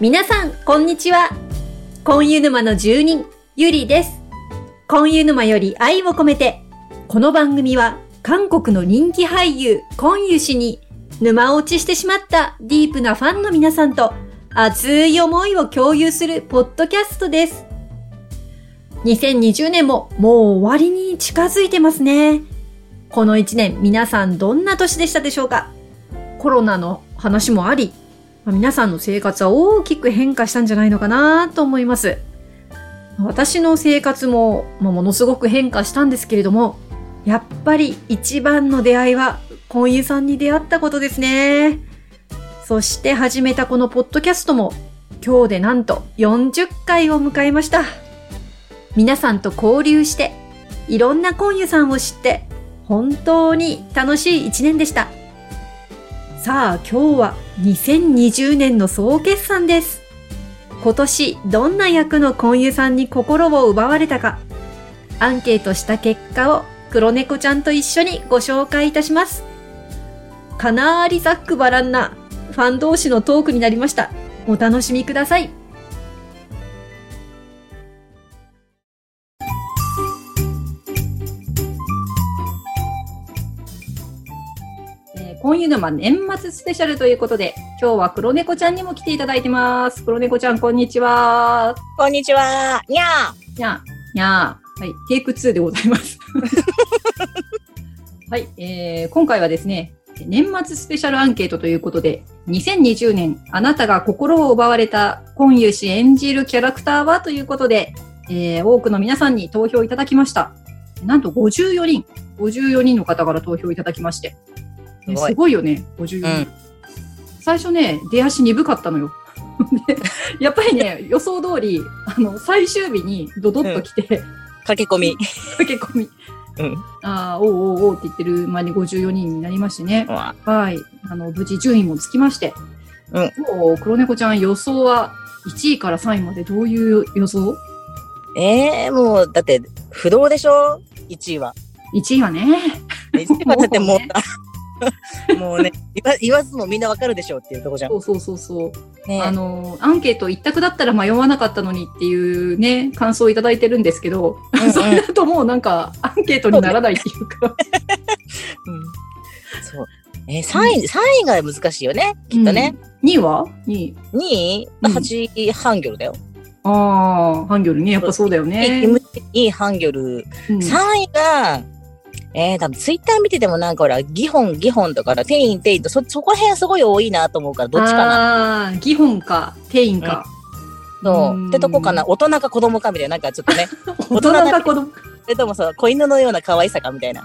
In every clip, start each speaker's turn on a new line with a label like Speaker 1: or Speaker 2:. Speaker 1: 皆さん、こんにちは。婚湯沼の住人、ゆりです。婚湯沼より愛を込めて、この番組は、韓国の人気俳優、コンユ氏に、沼落ちしてしまったディープなファンの皆さんと、熱い思いを共有するポッドキャストです。2020年ももう終わりに近づいてますね。この1年、皆さんどんな年でしたでしょうかコロナの話もあり、まあ皆さんの生活は大きく変化したんじゃないのかなと思います。私の生活も、まあものすごく変化したんですけれども、やっぱり一番の出会いは、婚姻さんに出会ったことですね。そして始めたこのポッドキャストも、今日でなんと40回を迎えました。皆さんと交流して、いろんな婚姻さんを知って、本当に楽しい一年でした。さあ今日は2020年の総決算です。今年どんな役の婚友さんに心を奪われたか、アンケートした結果を黒猫ちゃんと一緒にご紹介いたします。かなりざっくばらんなファン同士のトークになりました。お楽しみください。
Speaker 2: えー、今夜沼年末スペシャルということで、今日は黒猫ちゃんにも来ていただいてます。黒猫ちゃん、こんにちは。
Speaker 3: こんにちは。にゃー。
Speaker 2: にゃー、にゃー。はい、テイク2でございます。 はい、えー、今回はですね、年末スペシャルアンケートということで、2020年、あなたが心を奪われた、今湯氏演じるキャラクターはということで、えー多くの皆さんに投票いただきました。なんと54人、54人の方から投票いただきまして。ね
Speaker 3: す
Speaker 2: す ご
Speaker 3: ごい
Speaker 2: いよね、54人。
Speaker 3: うん
Speaker 2: 最初ね、出足鈍かったのよ。 でやっぱりね、予想通り、あの、最終日にドドッと来て、
Speaker 3: 駆け込み。
Speaker 2: 駆け込み、
Speaker 3: うん。
Speaker 2: ああ、おうおうおうって言ってる間に54人になりましてね。
Speaker 3: わ
Speaker 2: はい。あの、無事順位もつきまして。
Speaker 3: うん
Speaker 2: もう、黒猫ちゃん予想は1位から3位までどういう予想
Speaker 3: えー、もう、だって、不動でしょ ?1 位は。
Speaker 2: ?1 位はね。
Speaker 3: 1位はだってもう
Speaker 2: も
Speaker 3: さ、 もうね、言わ言わずもみんなわかるでしょっていうとこじゃん
Speaker 2: そ。うそうそうそう。
Speaker 3: ね
Speaker 2: あの、アンケート一択だったら迷わなかったのにっていうね、感想をいただいてるんですけど、
Speaker 3: うんうん
Speaker 2: それだともうなんか、アンケートにならないっていうか。
Speaker 3: うんそう。えー、3位、三位が難しいよね。 きっとね。
Speaker 2: うん。2位は ?2 位。
Speaker 3: 2位、
Speaker 2: うん
Speaker 3: 8位、ハンギョルだよ。
Speaker 2: ああ、ハンギョルね。やっぱそうだよね。
Speaker 3: 2位、ハンギョル。
Speaker 2: うん
Speaker 3: 3位が、えー、多分ツイッター見ててもなんかほら、ギホン、ギホンとかな、テイン、テインと、そ、そこら辺すごい多いなと思うから、どっちかな。
Speaker 2: ああー、ギホンか、テインか。
Speaker 3: そうう。
Speaker 2: ん
Speaker 3: ってとこかな。大人か子供かみたいな、なんかちょっ とね。
Speaker 2: 大人か子供か。
Speaker 3: それともさ、子犬のような可愛さかみたいな。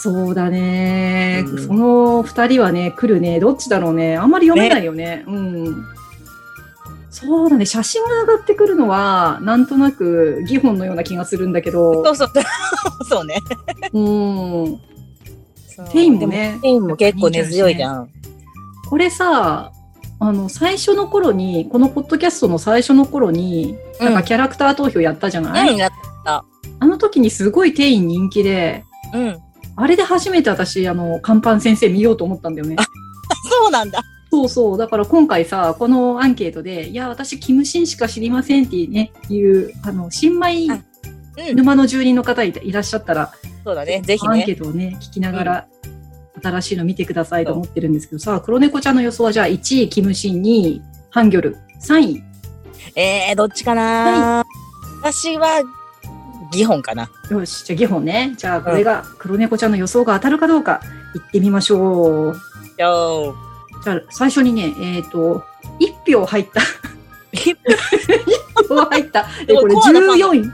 Speaker 2: そうだね、
Speaker 3: うん
Speaker 2: その二人はね、来るね。どっちだろうね。あんまり読めないよね。うん。そうだね。写真が上がってくるのは、なんとなく、ギホンのような気がするんだけど。
Speaker 3: そうそう。 そうね。
Speaker 2: うん。テインもね
Speaker 3: でも。テインも結構根強いじゃん。
Speaker 2: これさ、あの、最初の頃に、このポッドキャストの最初の頃に、
Speaker 3: うん。
Speaker 2: なんかキャラクター投票やったじゃない、
Speaker 3: 何になっ
Speaker 2: あの時にすごいテイン人気で、
Speaker 3: うん。
Speaker 2: あれで初めて私、あの、カンパン先生見ようと思ったんだよね。
Speaker 3: そうなんだ。
Speaker 2: そうそう。だから今回さ、このアンケートで、いや、私、キムシンしか知りませんっていうね、いう、あの、新米
Speaker 3: あうん。
Speaker 2: 沼の住人の方いたいらっしゃったら、
Speaker 3: そうだね。ぜひ
Speaker 2: アンケ
Speaker 3: ね。
Speaker 2: ートをね、聞きながら、新しいの見てくださいと思ってるんですけどさ、黒猫ちゃんの予想はじゃあ1位、キムシン、2位、ハンギョル、3位。
Speaker 3: えー、どっちかな私は、ギホンかな。
Speaker 2: よし、じゃあ、ギホンね。じゃあ、これが黒猫ちゃんの予想が当たるかどうか、行ってみましょう。
Speaker 3: よー。
Speaker 2: じゃあ、最初にね、えっ、と、1票入った。1票入った。え、これ
Speaker 3: コアなファン
Speaker 2: 14位。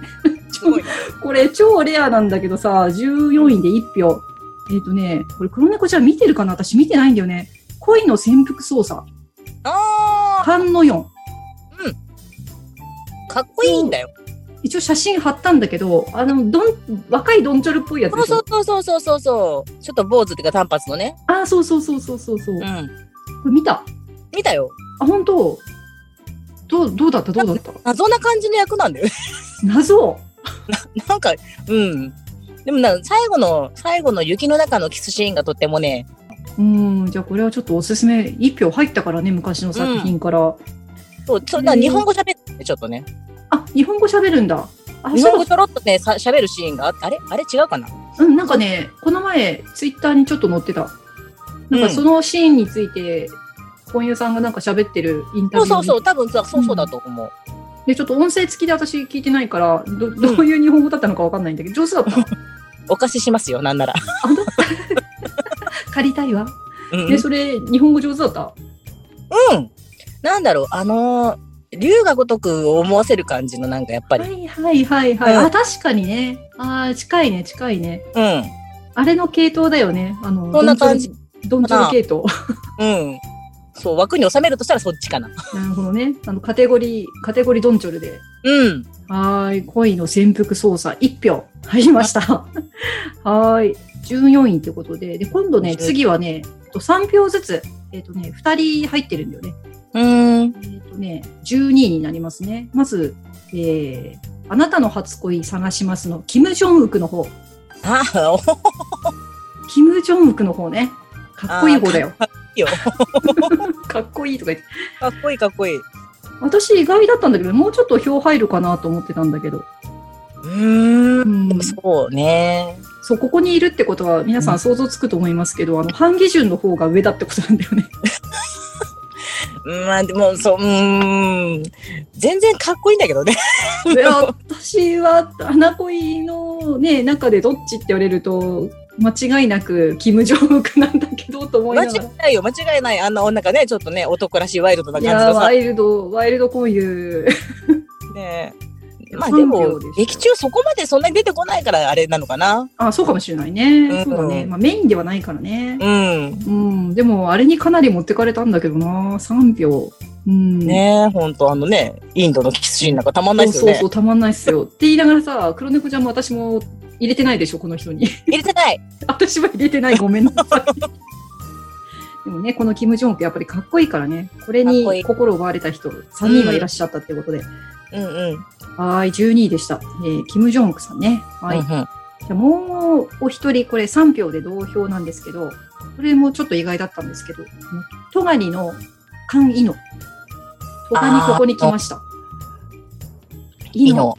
Speaker 3: す ごいな。
Speaker 2: これ超レアなんだけどさ、14位で1票。えっ、とね、これ黒猫ちゃん見てるかな私見てないんだよね。恋の潜伏捜査、
Speaker 3: あ
Speaker 2: 勘の4。
Speaker 3: ー、かっこいいんだよ。
Speaker 2: 一応写真貼ったんだけど、あの、どん、若いドンチョルっぽいやつでし
Speaker 3: そ
Speaker 2: ょ
Speaker 3: うそうそうそうそうそう。ちょっと坊主っていうか短髪のね。
Speaker 2: あー、そうそうそうそうそうそう。
Speaker 3: う
Speaker 2: こ
Speaker 3: ん。
Speaker 2: れ見た。
Speaker 3: 見たよ。
Speaker 2: あ、本当どう、どうだったどうだった
Speaker 3: 謎な感じの役なんだよ。
Speaker 2: 謎。
Speaker 3: なんか、うん。でもな、最後の、最後の雪の中のキスシーンがとってもね、
Speaker 2: うん、じゃあこれはちょっとおすすめ、1票入ったからね、昔の作品から。
Speaker 3: そう、そうだから日本語喋っててちょっとね。
Speaker 2: あ、日本語喋るんだ。あ、
Speaker 3: 日本語
Speaker 2: そ
Speaker 3: ちょろっとね、さ喋るシーンがあって、あれあれ違うかな
Speaker 2: う。うん、なんかね、この前、ツイッターにちょっと載ってた。なん
Speaker 3: う
Speaker 2: か
Speaker 3: ん
Speaker 2: そのシーンについて、本優さんがなんか喋ってるインタ
Speaker 3: そ
Speaker 2: ビュー。
Speaker 3: うそうそうう、多分そうそうそうだと思う。
Speaker 2: で、ちょっと音声付きで私聞いてないから、どどういう日本語だったのかわかんないんだけど、上手だ った。
Speaker 3: お貸ししますよ、なんなら。
Speaker 2: 借りたいわ。
Speaker 3: うん
Speaker 2: で、それ、日本語上手だった。
Speaker 3: うん。なんだろう、あのー、竜が如く思わせる感じのなんかやっぱり。
Speaker 2: はいはいはいはい。
Speaker 3: うん
Speaker 2: あ、確かにね。あー近いね、近いね。
Speaker 3: うん。
Speaker 2: あれの系統だよね。あの、
Speaker 3: そんな感じ
Speaker 2: どんちょろ。どんちょろ系統。
Speaker 3: うん。そう、枠に収めるとしたらそっちかな。
Speaker 2: なるほどね。あの、カテゴリー、カテゴリードンチョルで。
Speaker 3: うん。
Speaker 2: はーい。恋の潜伏捜査、1票入りました。はーい。14位ってことで。で、今度ね、
Speaker 3: 面白い
Speaker 2: 次はね、えっと3票ずつ、えっ、とね、2人入ってるんだよね。
Speaker 3: うーん。
Speaker 2: えっ、とね、12位になりますね。まず、えー、あなたの初恋探しますの、キム・ジョンウクの方。
Speaker 3: ああ、おっ
Speaker 2: キム・ジョンウクの方ね。かっこいい方だよ。
Speaker 3: いいよ。
Speaker 2: かっこいいとか言って。
Speaker 3: かっこいいかっこいい。う
Speaker 2: 私意外だったんだけど、もうちょっと票入るかなと思ってたんだけど。
Speaker 3: ー。
Speaker 2: うんん
Speaker 3: でもそうね。
Speaker 2: そう、ここにいるってことは皆さん想像つくと思いますけど、あの、半義順の方が上だってことなんだよね。
Speaker 3: うんまあでも、そう、うーん。全然かっ こいいんだけどね。
Speaker 2: いや、私は、花恋のね、中でどっちって言われると、間違いなく、キム・ジョンウクなんだけど、と思い
Speaker 3: 間
Speaker 2: な
Speaker 3: 違
Speaker 2: がら。
Speaker 3: いないよ、間違いない。あんな女がね、ちょっとね、男らしいワイルドない感じ
Speaker 2: や
Speaker 3: の
Speaker 2: ー、ワ
Speaker 3: さ。
Speaker 2: イルド、ワイルドこういう。
Speaker 3: ねまあで
Speaker 2: 三
Speaker 3: も
Speaker 2: 秒でしょ、
Speaker 3: 劇中そこまでそんなに出てこないからあれなのかな。
Speaker 2: あ、そうかもしれないね。
Speaker 3: うん
Speaker 2: そうだね。まあ、メインではないからね。
Speaker 3: うん。
Speaker 2: うん、でも、あれにかなり持ってかれたんだけどな、3票。うん。
Speaker 3: ねえ、ほんと、あのね、インドのキスシーンなんかたまんな
Speaker 2: そ
Speaker 3: いうですよ
Speaker 2: そ
Speaker 3: ね。
Speaker 2: うそう、たまんないっすよ。って言いながらさ、黒猫ちゃんも私も入れてないでしょ、この人に。
Speaker 3: 入れてない。
Speaker 2: 私は入れてない、ごめんなさい。でもね、このキム・ジョンウクやっぱりかっこいいからね、これ
Speaker 3: かっこい
Speaker 2: に
Speaker 3: い
Speaker 2: 心奪われた人、3人はいらっしゃったってことで、
Speaker 3: うんうん。
Speaker 2: はーい、12位でした。えーキム・ジョンウクさんね。はい。
Speaker 3: うんうん
Speaker 2: じゃあもうお一人、これ3票で同票なんですけど、これもちょっと意外だったんですけど、トガニのカン・イノ。トガニここに来ました。
Speaker 3: い
Speaker 2: イ
Speaker 3: い
Speaker 2: ノ
Speaker 3: の。。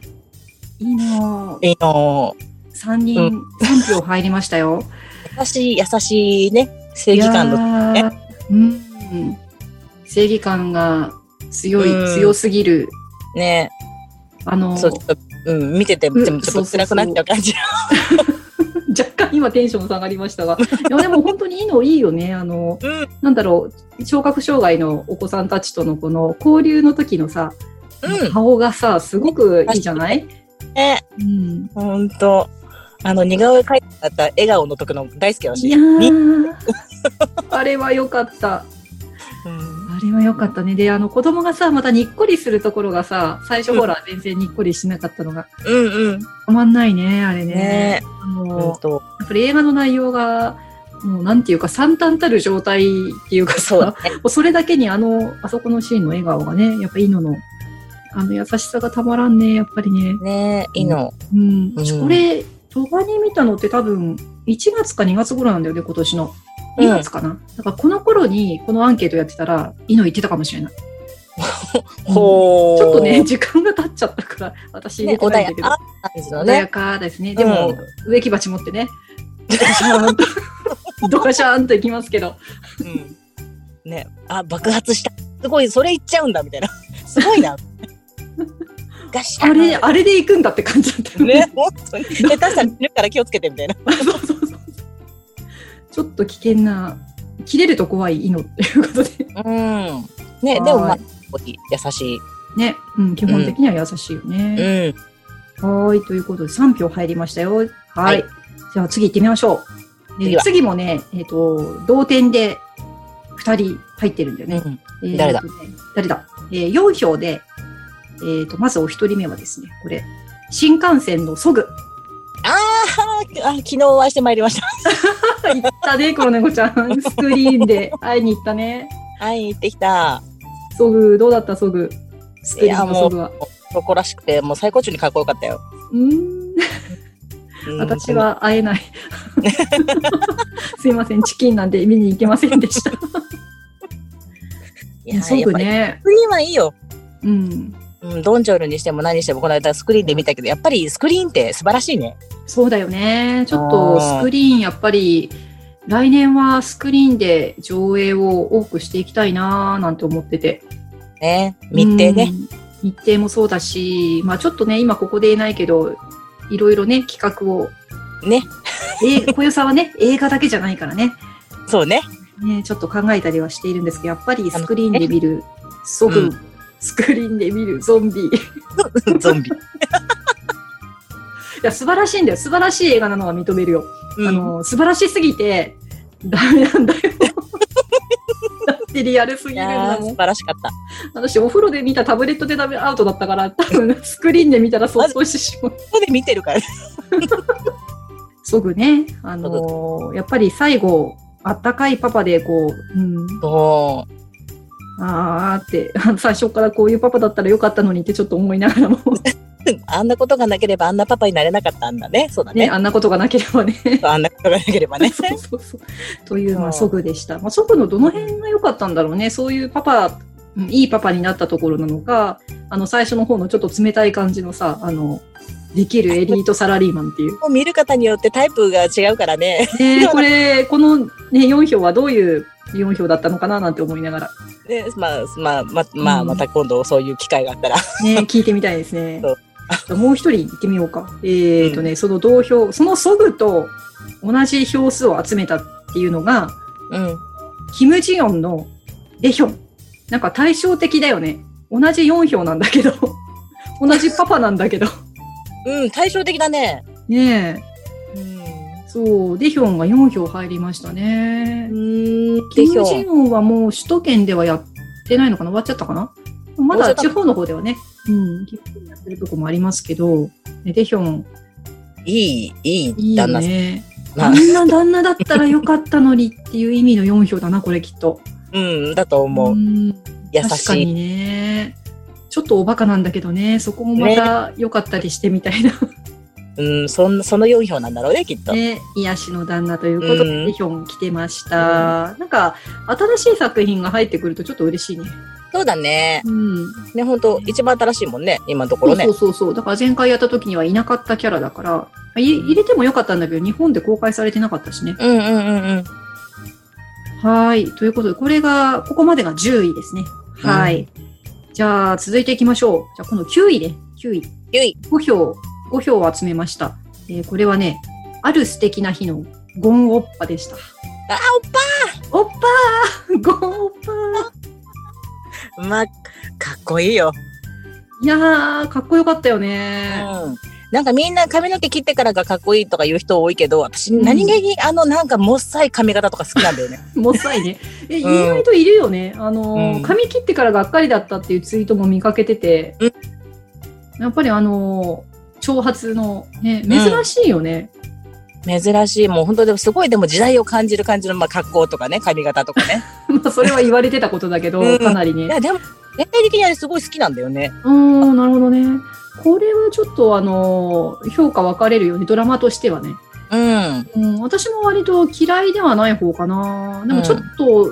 Speaker 2: イノ。
Speaker 3: いいの。
Speaker 2: 3人、3票入りましたよ。
Speaker 3: 優しい、優しいね、正義感の。
Speaker 2: いやーうん、正義感が強い、
Speaker 3: うん
Speaker 2: 強すぎる
Speaker 3: ね
Speaker 2: あの
Speaker 3: そう、ちょっと、うん、見てて、
Speaker 2: うん
Speaker 3: でもちょっと辛くなっちゃう感じ。
Speaker 2: 若干今テンション下がりましたがいやでも本当にいいのいいよねあの
Speaker 3: うん、
Speaker 2: なんだろう聴覚障害のお子さんたちとのこの交流の時のさ、
Speaker 3: う
Speaker 2: 顔がさすごくいいじゃない、
Speaker 3: ん。ね
Speaker 2: うん、
Speaker 3: ほんと。あの、似顔絵描いてあった笑顔の時の大好きだ
Speaker 2: い
Speaker 3: し。
Speaker 2: やーあれは良かった
Speaker 3: うん
Speaker 2: あれは良かったねであの子供がさまたにっこりするところがさ最初ほら全然にっこりしなかったのが
Speaker 3: うんうん。
Speaker 2: たまんないねあれね
Speaker 3: ね
Speaker 2: あ
Speaker 3: え。
Speaker 2: の
Speaker 3: ほんと。
Speaker 2: やっぱり映画の内容が、もうなんていうか惨憺たる状態っていうか
Speaker 3: そうだ
Speaker 2: さ、もうそれだけにあの、あそこのシーンの笑顔がね、やっぱイノの、あの優しさがたまらんね、やっぱりね。
Speaker 3: ね。ねえ、いいの。
Speaker 2: うん。
Speaker 3: うん
Speaker 2: これ、動画に見たのって多分、1月か2月頃なんだよね、今年の。
Speaker 3: うん
Speaker 2: 2月かな。だからこの頃にこのアンケートやってたら、イノ言ってたかもしれない。
Speaker 3: ほー。
Speaker 2: ちょっとね、、時間が経っちゃったから、私入
Speaker 3: ね
Speaker 2: れて
Speaker 3: 穏
Speaker 2: ないん
Speaker 3: や
Speaker 2: だけど。
Speaker 3: かな感じの
Speaker 2: 穏や
Speaker 3: ね。
Speaker 2: かですね。でも、植木鉢持ってね、ドカシャーンと、ドカシャーンといきますけど。
Speaker 3: うんね、あ爆発したすごいそれ言っちゃうんだみたいな すごいなガシャン
Speaker 2: あれ、あれで行くんだって感じだったよね。
Speaker 3: ね本当に下手したらいるから気をつけてみたいな
Speaker 2: そうそうそうそう。 ちょっと危険な、切れると怖いイノっていうこと で。
Speaker 3: うんねでもま
Speaker 2: は
Speaker 3: あ優しい
Speaker 2: ね、うん、基本的には優しいよね。
Speaker 3: うん
Speaker 2: はーい、ということで3票入りましたよ。はい。
Speaker 3: はい
Speaker 2: じゃあ次行ってみましょう。で
Speaker 3: 次は
Speaker 2: 次もね、えっ、と、同点で2人入ってるんだよね。
Speaker 3: うん
Speaker 2: えー
Speaker 3: 誰だ
Speaker 2: とね誰だえー、4票で、えー、と、まずお一人目はですね、これ、新幹線のソグ。
Speaker 3: あーあ昨日お会いしてまいりました
Speaker 2: 行ったね、この猫ちゃん。スクリーンで会いに行ったね。
Speaker 3: 会いに行ってきた
Speaker 2: ソグ、どうだったソグ。スクリーンのソグは。
Speaker 3: 男らしくてもう最高中にかっこよかったよ、
Speaker 2: うーん。
Speaker 3: うん
Speaker 2: 私は会え ない。すいません、チキンなんで見に行けませんでした。
Speaker 3: いや
Speaker 2: ソ
Speaker 3: やっ
Speaker 2: グ
Speaker 3: ぱり
Speaker 2: ね。
Speaker 3: クイーンはいいよ
Speaker 2: うん。
Speaker 3: うん、ドンジョルにしても何にしても、この間スクリーンで見たけど、やっぱりスクリーンって素晴らしいね。
Speaker 2: そうだよね。ちょっと
Speaker 3: あー
Speaker 2: スクリーン、やっぱり、来年はスクリーンで上映を多くしていきたいなーなんて思ってて。
Speaker 3: ね。密偵ね。
Speaker 2: うん。日程もそうだし、まあちょっとね、今ここでいないけど、いろいろね、企画を。
Speaker 3: ね。
Speaker 2: えー、小予さんはね、映画だけじゃないからね。
Speaker 3: そうね。
Speaker 2: ね、ちょっと考えたりはしているんですけど、やっぱりスクリーンで見る、ソ
Speaker 3: う
Speaker 2: ブ、スクリーンで見るゾンビ。い
Speaker 3: ゾンビ。
Speaker 2: や、素晴らしいんだよ。素晴らしい映画なのは認めるよ。
Speaker 3: うん
Speaker 2: あの、素晴らしすぎて、ダメなんだよ。だってリアルすぎ
Speaker 3: い
Speaker 2: るんだ
Speaker 3: やー
Speaker 2: も
Speaker 3: 素
Speaker 2: ん。
Speaker 3: 晴らしかった。
Speaker 2: 私、お風呂で見たタブレットでダメアウトだったから、多分スクリーンで見たら想像してしまう。
Speaker 3: ここで見てるから。
Speaker 2: すぐね、あのーやっぱり最後、あったかいパパで、こう、うん、
Speaker 3: そ
Speaker 2: あーって、 最初からこういうパパだったらよかったのにってちょっと思いながらも、
Speaker 3: う。 あんなことがなければあんなパパになれなかったんだね。そうだ
Speaker 2: ね、
Speaker 3: ね。
Speaker 2: あんなことがなければね。
Speaker 3: あんなことがなければね。
Speaker 2: そうそうそう。という、まあ、
Speaker 3: そ
Speaker 2: ソ
Speaker 3: う
Speaker 2: グでした。まあ、ソグのどの辺が良かったんだろうね。そういうパパ、うんいいパパになったところなのか、あの、最初の方のちょっと冷たい感じのさ、あの、できるエリートサラリーマンっていう。
Speaker 3: もう見る方によってタイプが違うから ね。
Speaker 2: ね、これ、このね、4票はどういう4票だったのかななんて思いながら、
Speaker 3: ねまあ、まあ、まあ、まあ、
Speaker 2: うん
Speaker 3: また今度そういう機会があったら。
Speaker 2: ね、聞いてみたいですね
Speaker 3: そう。
Speaker 2: じゃあもう一人行ってみようか。えーとね、その同票、そのソグと同じ票数を集めたっていうのが、
Speaker 3: うん。
Speaker 2: キム・ジヨンのデヒョン。なんか対照的だよね。同じ4票なんだけど。 同じパパなんだけど。
Speaker 3: うん、対照的だね。
Speaker 2: ね
Speaker 3: うん。
Speaker 2: え。そう、デヒョンが4票入りましたね。
Speaker 3: うん、
Speaker 2: キ
Speaker 3: でし
Speaker 2: ム・
Speaker 3: ょ
Speaker 2: ジヨンはもう首都圏ではやってないのかな終わっちゃったかなまだ地方の方ではね。うん。結構やってるとこもありますけど、ねデヒョン、
Speaker 3: いい、い
Speaker 2: いい
Speaker 3: い
Speaker 2: よ
Speaker 3: 旦那さん。
Speaker 2: ね。あ
Speaker 3: まあ
Speaker 2: んな旦那だったらよかったのにっていう意味の4票だな、これきっ と。
Speaker 3: うん、だと思う。
Speaker 2: ん
Speaker 3: 優
Speaker 2: 確か
Speaker 3: しい。
Speaker 2: にね。ちょっとおバカなんだけどね、そこもまた良かったりしてみたいな。
Speaker 3: うん、そんその4票なんだろうね、きっと。
Speaker 2: ね、癒しの旦那ということ
Speaker 3: う
Speaker 2: で、
Speaker 3: ん
Speaker 2: ヒョン来てました。なんか、新しい作品が入ってくるとちょっと嬉しいね。
Speaker 3: そうだね。
Speaker 2: うん。
Speaker 3: ね、本当一番新しいもんね、今のとこ
Speaker 2: そ
Speaker 3: ろ
Speaker 2: う
Speaker 3: ね
Speaker 2: そう。そうそう。だから前回やった時にはいなかったキャラだから、い入れてもよかったんだけど、日本で公開されてなかったしね。
Speaker 3: うんうんうんうん。
Speaker 2: はい。ということで、これが、ここまでが10位ですね。はい。じゃあ、続いていきましょう。じゃあ、今度9位ね。9位。
Speaker 3: ゆい。
Speaker 2: 5票、5票を集めました。えーこれはね、ある素敵な日のゴンオッパでした。
Speaker 3: あ、
Speaker 2: オッパーゴンオッパー
Speaker 3: おまあ、かっこいいよ。
Speaker 2: いやー、かっこよかったよ
Speaker 3: う
Speaker 2: ね。
Speaker 3: ん。なんかみんな髪の毛切ってからがかっこいいとか言う人多いけど、私
Speaker 2: うん
Speaker 3: 何気にあのなんかもっさい髪型とか好きなんだよね。
Speaker 2: もっさい ね。え、意
Speaker 3: うん
Speaker 2: 外といるよね。あのー
Speaker 3: うん
Speaker 2: 髪切ってからがっかりだったっていうツイートも見かけてて
Speaker 3: うん、
Speaker 2: やっぱりあのー、長髪の、ね、珍しいよね。
Speaker 3: 珍しい。もう本当でもすごいでも時代を感じる感じの、まあ、格好とかね、髪型とかね。
Speaker 2: まあ、それは言われてたことだけど、
Speaker 3: うん
Speaker 2: かなりね
Speaker 3: い。や、でも、全体的にあれすごい好きなんだよね。
Speaker 2: うーん、なるほどね。これはちょっとあのー、評価分かれるよね。ドラマとしてはね。
Speaker 3: うん。
Speaker 2: うん、私も割と嫌いではない方かな。で
Speaker 3: う
Speaker 2: も
Speaker 3: ん
Speaker 2: ちょっと、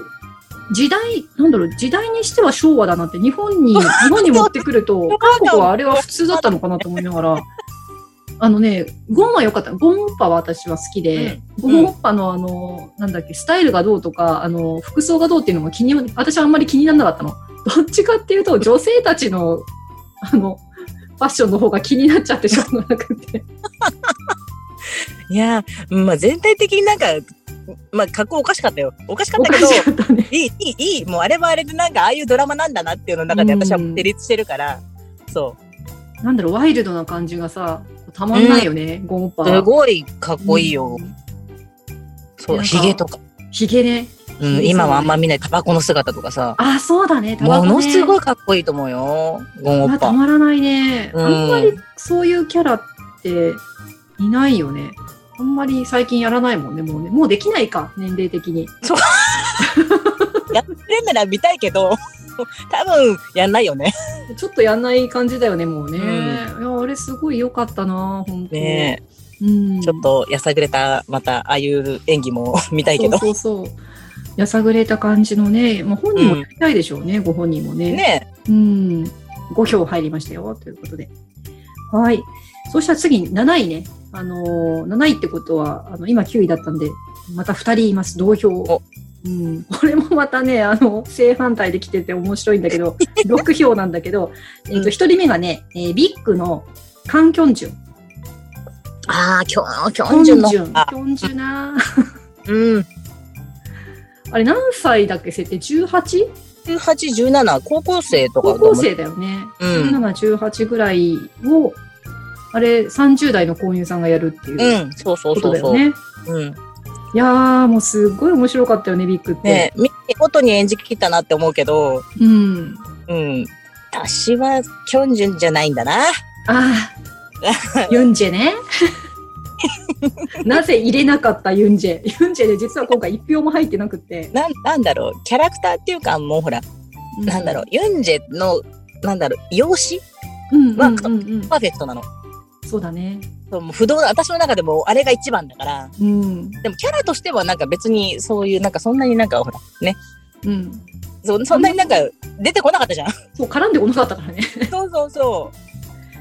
Speaker 2: 時代、なんだろう、時代にしては昭和だなって、日本 に、日本に持ってくると、韓国はあれは普通だったのかなと思いなが ら、あのね、ゴンは良かった。ゴンオッパは私は好きで、
Speaker 3: うん
Speaker 2: ゴンオッパのあの、なんだっけ、スタイルがどうとか、あの、服装がどうっていうのも気に、私はあんまり気にならなかったの。どっちかっていうと、女性たちの、あの、ファッションの方が気になっちゃってしょうがなくて。
Speaker 3: いや、まあ全体的になんか、まあ格好おかしかったよ。おかしか
Speaker 2: お
Speaker 3: った
Speaker 2: か
Speaker 3: けど、
Speaker 2: しかったね。
Speaker 3: いい、いい、いい、もうあれはあれでなんかああいうドラマなんだなっていうのの中で私は成立してるから、そ
Speaker 2: なんだろう、ワイルドな感じがさ、たまんないよね、ゴンオッパ
Speaker 3: う。
Speaker 2: は。
Speaker 3: すごいかっこいいよ。
Speaker 2: うん
Speaker 3: そう、
Speaker 2: なんか
Speaker 3: ヒゲとか。
Speaker 2: ひげね。
Speaker 3: う
Speaker 2: そうだ
Speaker 3: ん、
Speaker 2: ね
Speaker 3: 今はあんま見ないタバコの姿とかさ、
Speaker 2: あ、そうだね、タバコ
Speaker 3: も
Speaker 2: ね
Speaker 3: のすごいかっこいいと思うよ。ゴンオ
Speaker 2: あ
Speaker 3: ッ
Speaker 2: た
Speaker 3: パ。
Speaker 2: まらないね。
Speaker 3: うん
Speaker 2: あんまりそういうキャラっていないよね。あんまり最近やらないもんね、もうね。もうできないか、年齢的に。
Speaker 3: やってるなら見たいけど、 多分やんないよね。
Speaker 2: ちょっとやんない感じだよね、もうね。
Speaker 3: うん
Speaker 2: いや、あれすごい良かったな、本当
Speaker 3: ね
Speaker 2: うん。
Speaker 3: ちょっとやさぐれた、またああいう演技も見たいけど。
Speaker 2: そうそうそう。やさぐれた感じのね、まあ、本人もやりたいでしょうね、ご本人もね。
Speaker 3: ね
Speaker 2: うん。 5票入りましたよ、ということで。はい。そうしたら次、7位ね。あのー、7位ってことは、あの、今9位だったんで、また2人います、同票
Speaker 3: お。
Speaker 2: うん、これもまたね、あの、正反対で来てて面白いんだけ ど、6票なんだけど、えっ
Speaker 3: うん
Speaker 2: と、1人目がね、えービッグのカン・キョンジュン。
Speaker 3: ああ、きょん、きょんじゅんの
Speaker 2: キョンジュン。
Speaker 3: あ
Speaker 2: キョンジュな
Speaker 3: うん。
Speaker 2: あれ何歳だっけ設定 18?
Speaker 3: 18、17、高校生と
Speaker 2: 高
Speaker 3: かだもん
Speaker 2: 校生だよね。
Speaker 3: うん。
Speaker 2: 17、18ぐらいを、あれ、30代の婚友さんがやるっていう
Speaker 3: うん、そうそう
Speaker 2: こと
Speaker 3: そう
Speaker 2: だ
Speaker 3: そ
Speaker 2: よ
Speaker 3: う。
Speaker 2: ね。
Speaker 3: うん。
Speaker 2: いやー、もうすっごい面白かったよね、ビッグって。
Speaker 3: ねえ、見事に演じきったなって思うけど、
Speaker 2: うん。
Speaker 3: うん。私は、キョンジュンじゃないんだな。
Speaker 2: あ あ、ユンジェね。 なぜ入れなかったユンジェ。ユンジェで実は今回一票も入ってなくって。
Speaker 3: なん、なんだろう、キャラクターっていうか、もうほら、なんだろう、ユンジェの、なんだろう、容姿
Speaker 2: うん。うん
Speaker 3: まあ
Speaker 2: うんうんうん
Speaker 3: パーフェクトなの。
Speaker 2: そうだね。
Speaker 3: そうもう不動な、私の中でも、あれが一番だから。
Speaker 2: うん。
Speaker 3: でも、キャラとしては、なんか別に、そういう、なんかそんなになんか、ほら、ね。
Speaker 2: うん。
Speaker 3: そそんなになんか、出てこなかったじゃん。
Speaker 2: そう、絡んでこなかったからね。
Speaker 3: そうそうそう。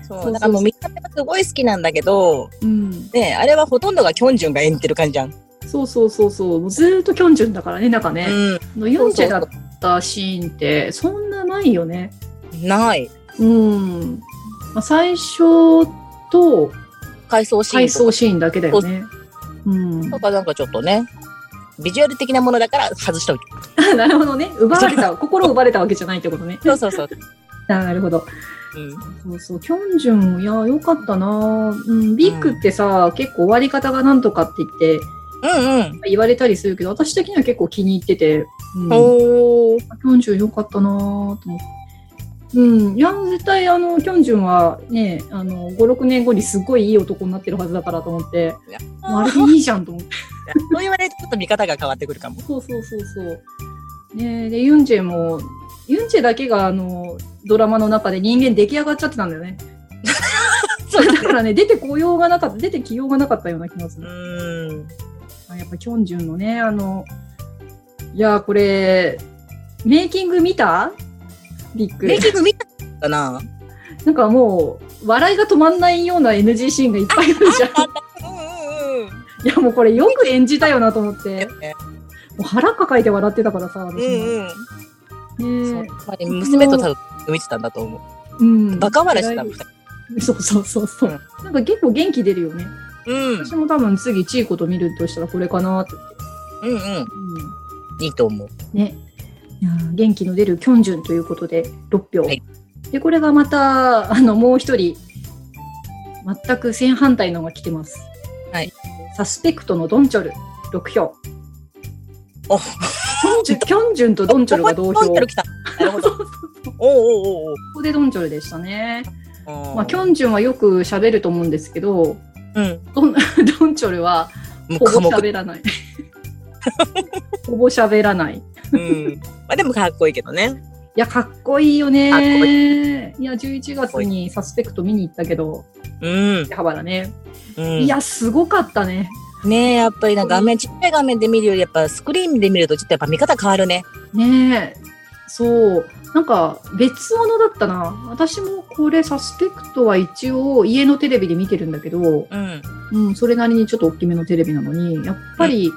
Speaker 2: そう
Speaker 3: そ、
Speaker 2: そうう
Speaker 3: だからもう見た目がすごい好きなんだけど、
Speaker 2: うん。
Speaker 3: ねあれはほとんどがキョンジュンが演じてる感じじゃん。
Speaker 2: そうそうそうそう。もうずーっとキョンジュンだからね、なんかね。
Speaker 3: う
Speaker 2: のユンジェだったシーンってそんなないよね。
Speaker 3: ん。ない。
Speaker 2: うん。まあ、最初と
Speaker 3: 回想シーン
Speaker 2: 回
Speaker 3: とか
Speaker 2: 想シーンだけだよね。うん。
Speaker 3: とかなんかちょっとね、ビジュアル的なものだから外しとい て。
Speaker 2: なるほどね。奪われた、心を奪われたわけじゃないってことね。
Speaker 3: そうそうそう。
Speaker 2: あなるほど。
Speaker 3: うん。
Speaker 2: そうそう。キョンジュン、いや、よかったなうん、ビッグってさ、結構終わり方がなんとかって言って
Speaker 3: うんうん。
Speaker 2: 言われたりするけど、私的には結構気に入ってて、うん、キョ
Speaker 3: おー。
Speaker 2: ンジュンよかったなと思って。うん。いや、絶対、あの、キョンジュンはね、あの、5、6年後にすごいいい男になってるはずだからと思って、もうあれでいいじゃんと思って。
Speaker 3: そう言われるとちょっと見方が変わってくるかも。
Speaker 2: そうそうそうそう。ねえ、で、ユンジェも、ユンジェだけが、あの、ドラマの中で人間出来上がっちゃってたんだよね。
Speaker 3: そう
Speaker 2: だからね、出てこようがなかった、出てきようがなかったような気がす
Speaker 3: う
Speaker 2: る。
Speaker 3: ーん。
Speaker 2: やっぱ、キョンジュンのね、あの、いやー、これ、メイキング見たビッグ
Speaker 3: メイ。キング見たかな
Speaker 2: なんかもう、笑いが止まんないような NG シーンがいっぱいある じゃん。
Speaker 3: うんうんうん。
Speaker 2: いや、もうこれよく演じたよなと思って、
Speaker 3: ね
Speaker 2: もう腹抱えて笑ってたからさ、私も。
Speaker 3: うんうん。そう
Speaker 2: ね
Speaker 3: つまり娘と多分見てたんだと思う。
Speaker 2: えうん
Speaker 3: バカ笑いしてたの、二人。
Speaker 2: そうそうそうそう
Speaker 3: うん。
Speaker 2: なんか結構元気出るよね。
Speaker 3: うん。
Speaker 2: 私も多分次、チーコと見るとしたらこれかなって。
Speaker 3: うんうん。いいと思う。
Speaker 2: ね。いやー元気の出るキョンジュンということで、6票。
Speaker 3: はい
Speaker 2: で、これがまた、あの、もう一人、全く正反対のが来てます。
Speaker 3: はい。
Speaker 2: サスペクトのドンチョル、6票。
Speaker 3: お
Speaker 2: キョ ンジュンキョンジュンとドンチョルが同票。
Speaker 3: ドンチョ
Speaker 2: こ
Speaker 3: ル来た。なるほど。 おうおうおう
Speaker 2: こでドンチョルでしたね。
Speaker 3: おう。
Speaker 2: まあ、キョンジュンはよく喋ると思うんですけど、
Speaker 3: うん。
Speaker 2: ドン ドンチョルは、
Speaker 3: もう
Speaker 2: ほ
Speaker 3: 科
Speaker 2: ぼ
Speaker 3: 目。
Speaker 2: 喋らない。 ほぼ喋らない。い
Speaker 3: うん。まあでもかっこいいけどね。
Speaker 2: や、かっこいいよね
Speaker 3: かっこ
Speaker 2: いや、11月にサスペクト見に行ったけど、
Speaker 3: うん。
Speaker 2: 秋葉原ね。
Speaker 3: うん
Speaker 2: いや、すごかったね。
Speaker 3: ねえ、やっぱりな画面、ちっちゃい画面で見るより、やっぱスクリーンで見ると、ちょっとやっぱ見方変わるね。
Speaker 2: ねえ。そう。なんか、別物だったな。私もこれ、サスペクトは一応、家のテレビで見てるんだけど、
Speaker 3: うん。
Speaker 2: うん、それなりにちょっと大きめのテレビなのに、やっぱり、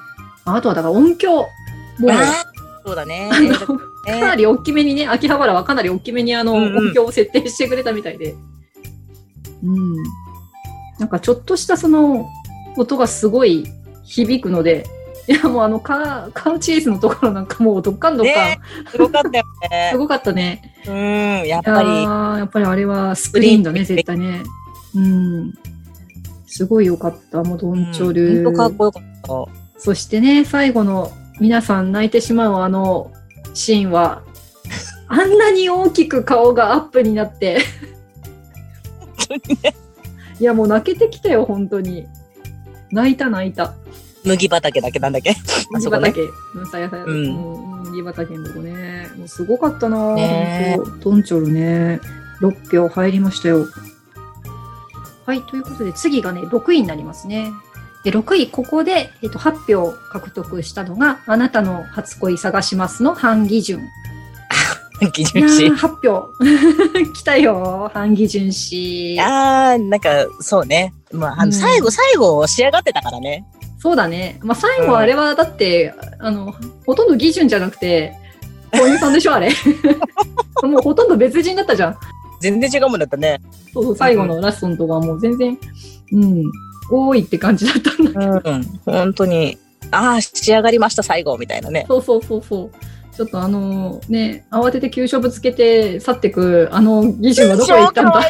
Speaker 2: あとはだから音響。もう、
Speaker 3: あーそうだね。
Speaker 2: あの
Speaker 3: ね
Speaker 2: かなり大きめにね、秋葉原はかなり大きめにあの、
Speaker 3: うんうん
Speaker 2: 音響を設定してくれたみたいで。うん。なんかちょっとしたその、音がすごい響くので、いやもうあのカー、カーチェイスのところなんかもうドッカンドッカン、
Speaker 3: ねすごかったよね
Speaker 2: す。ごかったね。
Speaker 3: うん。やっ
Speaker 2: いや
Speaker 3: ぱり、
Speaker 2: ーやっぱりあれはスクリーンだね、
Speaker 3: ス
Speaker 2: 絶
Speaker 3: クリ
Speaker 2: 対ね。うん。すごい良かった、もうドンチョ
Speaker 3: うん
Speaker 2: ル。
Speaker 3: ほんとかっこよかった。
Speaker 2: そしてね、最後の皆さん泣いてしまうあのシーンは、あんなに大きく顔がアップになって。いや、もう泣けてきたよ、本当に。泣いた泣いた。
Speaker 3: 麦畑だけなんだっけ。あ
Speaker 2: 麦
Speaker 3: そこ ね。
Speaker 2: 畑。うん、さやさや。
Speaker 3: う
Speaker 2: うんん、麦畑のとこね。もうすごかったな
Speaker 3: ねえ
Speaker 2: ぁ。本当ドンチョルね。6票入りましたよ。はい、ということで次がね、6位になりますね。で、6位、ここで、えっと、8票獲得したのが、あなたの初恋探しますのハン・ギジュン。
Speaker 3: 基
Speaker 2: い
Speaker 3: 準
Speaker 2: や
Speaker 3: 子
Speaker 2: ー、。発表。 来たよ、半義純子。
Speaker 3: ああ、なんか、そうね。まあ、あ
Speaker 2: うん
Speaker 3: の、最後、最後、仕上がってたからね。
Speaker 2: そうだね。まあ、最後
Speaker 3: うん
Speaker 2: あれはだって、あの、ほとんど義順じゃなくて、小遊さんでしょ、 あれ。もうほとんど別人だったじゃん。
Speaker 3: 全然違うもんだったね。
Speaker 2: そうそう、最後のラストのとこはもう全然、うん、多いって感じだったんだ。
Speaker 3: うん。本当に、ああ、仕上がりました、最後、みたいなね。
Speaker 2: そうそうそうそう。ちょっとあのね、慌てて急所ぶつけて去ってく、あの義順はどこへ行ったん だ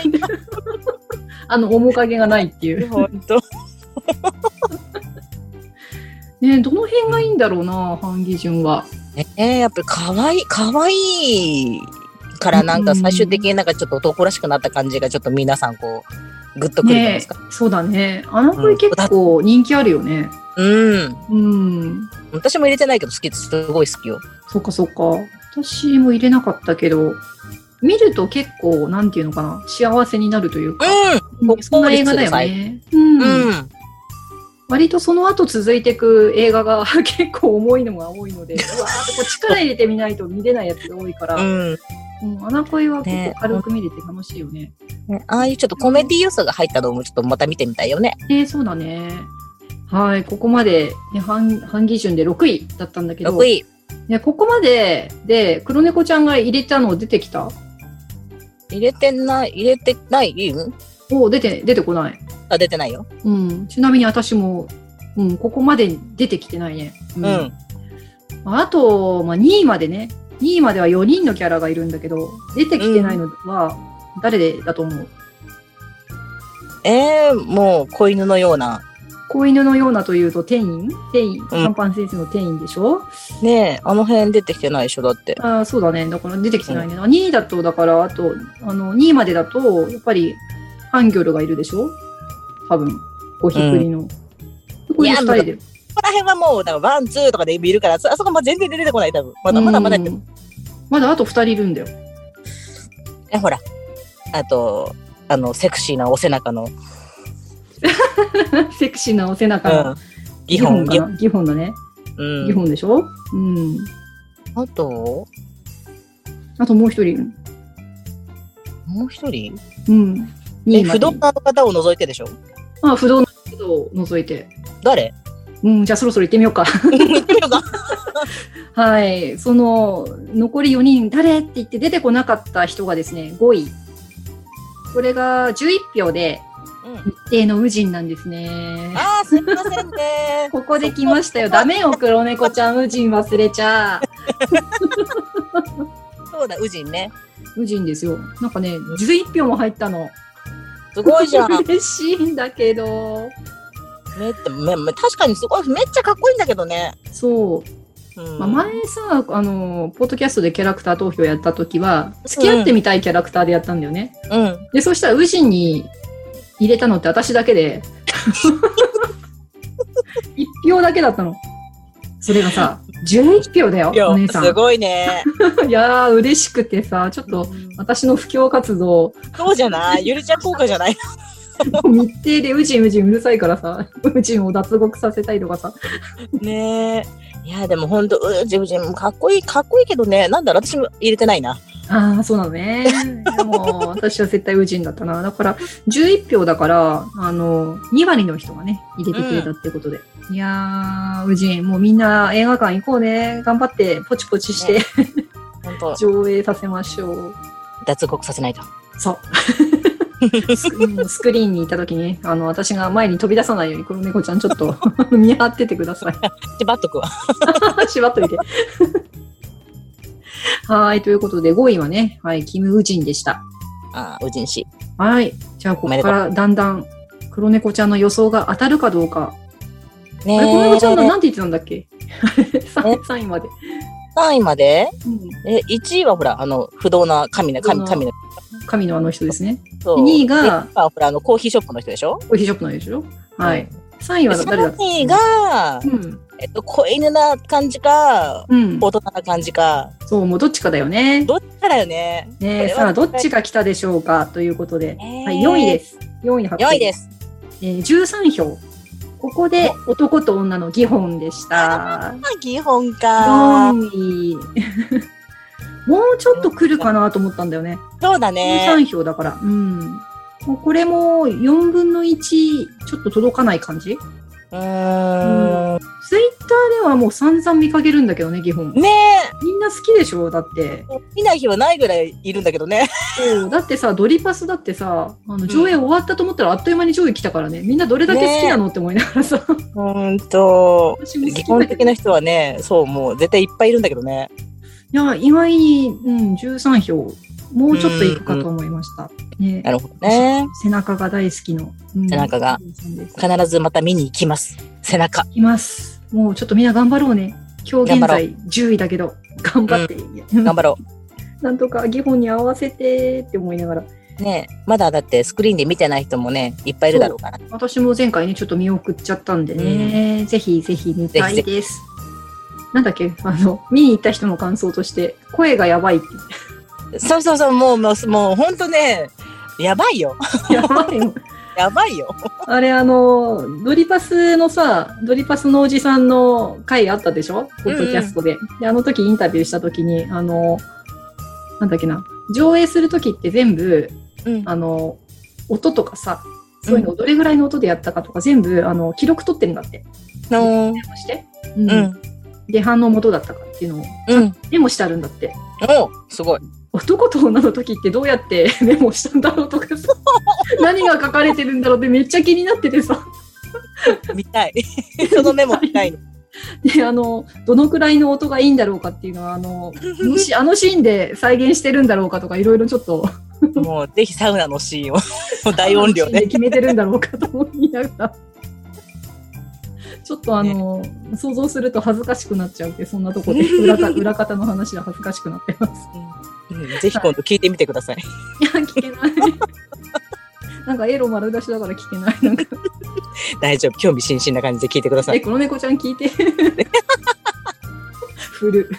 Speaker 2: あの面影がないっていう。
Speaker 3: 本当。
Speaker 2: ね、どの辺がいいんだろうな、半義順は。
Speaker 3: ねえ、やっぱり可愛い、可愛いからなん
Speaker 2: う
Speaker 3: か
Speaker 2: ん
Speaker 3: 最終的になんかちょっと男らしくなった感じがちょっと皆さんこう、グッとくるじゃないで
Speaker 2: ね
Speaker 3: すか。
Speaker 2: そうだね。あの声結構人気あるよね。
Speaker 3: うん。
Speaker 2: うん。
Speaker 3: 私も入れてないけど好きです。すごい好きよ。
Speaker 2: そっかそっか。私も入れなかったけど、見ると結構、なんていうのかな、幸せになるというか、
Speaker 3: うん
Speaker 2: うんそんな映画だよね。うん。
Speaker 3: うん。うん。
Speaker 2: 割とその後続いてく映画が 結構重いのが多い ので、うわーってこう力入れてみないと見れないやつが多いから、
Speaker 3: うん。
Speaker 2: うん、穴恋は結
Speaker 3: ね
Speaker 2: 構軽く見れて楽しいよね。
Speaker 3: ねああいうちょっとコメディ要素が入ったのもちょっとまた見てみたいよね。
Speaker 2: ねそうだね。はい、ここまで、ね、半、半基準で6位だったんだけど、
Speaker 3: 6位。
Speaker 2: ね、ここまで、で、黒猫ちゃんが入れたの出てきた
Speaker 3: 入れてない、入れてない、うん
Speaker 2: お出て、出てこない。
Speaker 3: あ、出てないよ。
Speaker 2: うん、ちなみに私も、うん、ここまで出てきてないね。う
Speaker 3: うんん。
Speaker 2: あと、まあ、2位までね。2位までは4人のキャラがいるんだけど、出てきてないのは誰でだと思う、
Speaker 3: ええもう子犬のような。
Speaker 2: 子犬のようなというと、店員店員、パンパン先生の店員でしょ、
Speaker 3: ねえ、あの辺出てきてないでしょ、だって。
Speaker 2: ああそうだね。だから出てきてないね。2位だと、だから、あと、あの、2位までだと、やっぱり、ハンギョルがいるでしょ多分、ゴひっくりの。これで2人で。
Speaker 3: ここら辺はもう、だからワン、ツーとかで見るから、あそこも全然出てこない、多分。まだまだまだ、
Speaker 2: うんまだあと2人いるんだよ。
Speaker 3: え、ほら。あと、あの、セクシーなお背中の、うん、
Speaker 2: セクシーなお背中の。
Speaker 3: ギホン、
Speaker 2: か
Speaker 3: ギホン。
Speaker 2: な。ギホンだね。
Speaker 3: う
Speaker 2: ギホ
Speaker 3: ん。
Speaker 2: ンでしょうん。
Speaker 3: あと、
Speaker 2: あともう一人いる。
Speaker 3: もう一人
Speaker 2: うん。
Speaker 3: え、
Speaker 2: 二位まで
Speaker 3: 不動の方を除いてでしょ
Speaker 2: あ、不動の人を除いて。
Speaker 3: 誰
Speaker 2: うん、じゃあそろそろ行ってみようか。
Speaker 3: 言ってみようか。
Speaker 2: はい。その、残り4人、誰って言って出てこなかった人がですね、5位。これが11票で、
Speaker 3: うん。
Speaker 2: 一定の宇人なんですね。
Speaker 3: あー、すいませんね。
Speaker 2: ここで来ましたよ。ダメよ、黒猫ちゃん。宇人忘れち ゃう。
Speaker 3: そうだ、ウジンね。
Speaker 2: 宇人ですよ。なんかね、11票も入ったの。
Speaker 3: すごいじゃん。
Speaker 2: 嬉しいんだけど。
Speaker 3: めって、め、め、確かにすごい、めっちゃかっこいいんだけどね。
Speaker 2: そう。
Speaker 3: うん。
Speaker 2: まあ、前さ、あの、ポッドキャストでキャラクター投票やった時は、付き合ってみたいキャラクターでやったんだよね。
Speaker 3: うん。
Speaker 2: で、そしたら、ウジンに入れたのって私だけで、 一票だけだったの。それがさ、11票だよ
Speaker 3: い、や
Speaker 2: お姉さん。
Speaker 3: すごいね。
Speaker 2: いやー、嬉しくてさ、ちょっと、私の布教活動、
Speaker 3: そうじゃないゆりちゃん効果じゃない
Speaker 2: 密偵でウジンウジンうるさいからさ、ウジンを脱獄させたいとかさ、
Speaker 3: ねえ。いや、でもほんと、うじうじ、かっこいい、かっこいいけどね、なんだろう、私も入れてないな。
Speaker 2: ああ、そうなのね。でも、私は絶対ウジンだったな。だから、11票だから、あの、2割の人がね、入れてくれたってことで。いやー、ウジン、もうみんな映画館行こうね。頑張って、ポチポチして、
Speaker 3: ほん と、
Speaker 2: 上映させましょう。
Speaker 3: 脱獄させないと。
Speaker 2: そう。スクもうスクリーンにいた時に、あの、私が前に飛び出さないように、この猫ちゃんちょっと 見張っててください。
Speaker 3: 縛っとくわ。
Speaker 2: 縛っとい て。はい、ということで、5位はね、はい、キム・ウジンでした。
Speaker 3: ああ、うじんし。
Speaker 2: はい。じゃあ、ここからだんだん、黒猫ちゃんの予想が当たるかどうか。
Speaker 3: ね
Speaker 2: あれ、黒猫ちゃんの
Speaker 3: え。
Speaker 2: なんて言ってたんだっけ ?3 位まで。
Speaker 3: 3位まで
Speaker 2: うん
Speaker 3: え、1位はほら、あの、不動な神の、神、
Speaker 2: 不動
Speaker 3: 神
Speaker 2: な
Speaker 3: の。
Speaker 2: 神のあの人ですね。
Speaker 3: そう
Speaker 2: 2位が、
Speaker 3: あ、ほら、あの、コーヒーショップの人でしょ
Speaker 2: コーヒーショップの人でしょはい。。3位は誰だっ
Speaker 3: 3
Speaker 2: た
Speaker 3: 位が
Speaker 2: う、ん。
Speaker 3: えっと、子犬な感じか、
Speaker 2: うん。
Speaker 3: 大人な感じか、
Speaker 2: そう、もうどっちかだよね。
Speaker 3: どっちかだよね。
Speaker 2: ね
Speaker 3: これは
Speaker 2: さあ、どっちが来たでしょうかということで。
Speaker 3: は
Speaker 2: はい、4位です。4位発
Speaker 3: 4
Speaker 2: 表。
Speaker 3: 位です。
Speaker 2: えー13票。ここで、男と女の義本でした
Speaker 3: あ。、基本か。
Speaker 2: 4位。 もうちょっと来るかなと思ったんだよね。
Speaker 3: そうだね。
Speaker 2: 13票だから。うん。もうこれも4分の1ちょっと届かない感じ
Speaker 3: うーん。
Speaker 2: ツイッターではもう散々見かけるんだけどね、基本。
Speaker 3: ね
Speaker 2: みんな好きでしょだって。
Speaker 3: え。見ない日はないぐらいいるんだけどね。
Speaker 2: そう。だってさ、ドリパスだってさ、あの上映終わったと思ったらあっという間に上映来たからね。みんなどれだけ好きなのって思いながらさ。
Speaker 3: うーんと。
Speaker 2: 私も好
Speaker 3: 基
Speaker 2: きだ
Speaker 3: 本
Speaker 2: け
Speaker 3: 的な人はね、そう、もう絶対いっぱいいるんだけどね。
Speaker 2: ど。 いや、意外に、うん、13票。もうちょっといくかと思いました。ね
Speaker 3: な。るほどね。
Speaker 2: 背中が大好きの。うん
Speaker 3: 背中が。
Speaker 2: さんです
Speaker 3: 必ずまた見に行きます。背中。
Speaker 2: います。もうちょっとみんな頑張ろうね。今日現
Speaker 3: 頑張ろ
Speaker 2: 在10位だけど、頑張って、
Speaker 3: 頑張ろ
Speaker 2: なんとか議本に合わせてって思いながら。
Speaker 3: う。ねえまだだってスクリーンで見てない人もね、いっぱいいるだろうから。
Speaker 2: 私も前回ね、ちょっと見送っちゃったんでね、ぜひぜひ見たいです。なんだっけあの、見に行った人の感想として、声がやばいって。
Speaker 3: そうそうそう、もう、もう、もうほんとね、やばいよ。
Speaker 2: やばいの。
Speaker 3: やばいよ。
Speaker 2: あれ、あの、ドリパスのさ、ドリパスのおじさんの回あったでしょポッドキャストで。で、あの時インタビューした時に、あの、なんだっけな、上映する時って全部、
Speaker 3: うん
Speaker 2: あの、音とかさ、そういうのをどれぐらいの音でやったかとか、全部、あの、記録取ってるんだって。
Speaker 3: の
Speaker 2: メモして。
Speaker 3: う
Speaker 2: うん。
Speaker 3: ん。
Speaker 2: で、反応元だったかっていうのを
Speaker 3: うん。
Speaker 2: メモしてあるんだって。
Speaker 3: おすごい。
Speaker 2: 男と女の時ってどうやって メモしたんだろうとかさ、何が書かれてるんだろうってめっちゃ気になっててさ。
Speaker 3: 見 たい。そのメモ見たいの。
Speaker 2: で、あの、どのくらいの音がいいんだろうかっていうのは、あ の、もしあのシーンで再現してるんだろうかとか、いろいろちょっと、
Speaker 3: もう、ぜひサウナのシ ーンを、もう大音量
Speaker 2: あのシーン
Speaker 3: ね。
Speaker 2: 決めてるんだろうかと思いながら。ちょっとあの、想像すると恥ずかしくなっちゃうって、そんなとこで裏 か、裏方の話は恥ずかしくなってます。
Speaker 3: うんぜひ今度聞いてみてください。
Speaker 2: いや、聞けない。 なんかエロ丸出しだから聞けない。 なんか、
Speaker 3: 大丈夫。興味津々な感じで聞いてくださ
Speaker 2: え、
Speaker 3: い。
Speaker 2: この猫ちゃん聞い て。振る。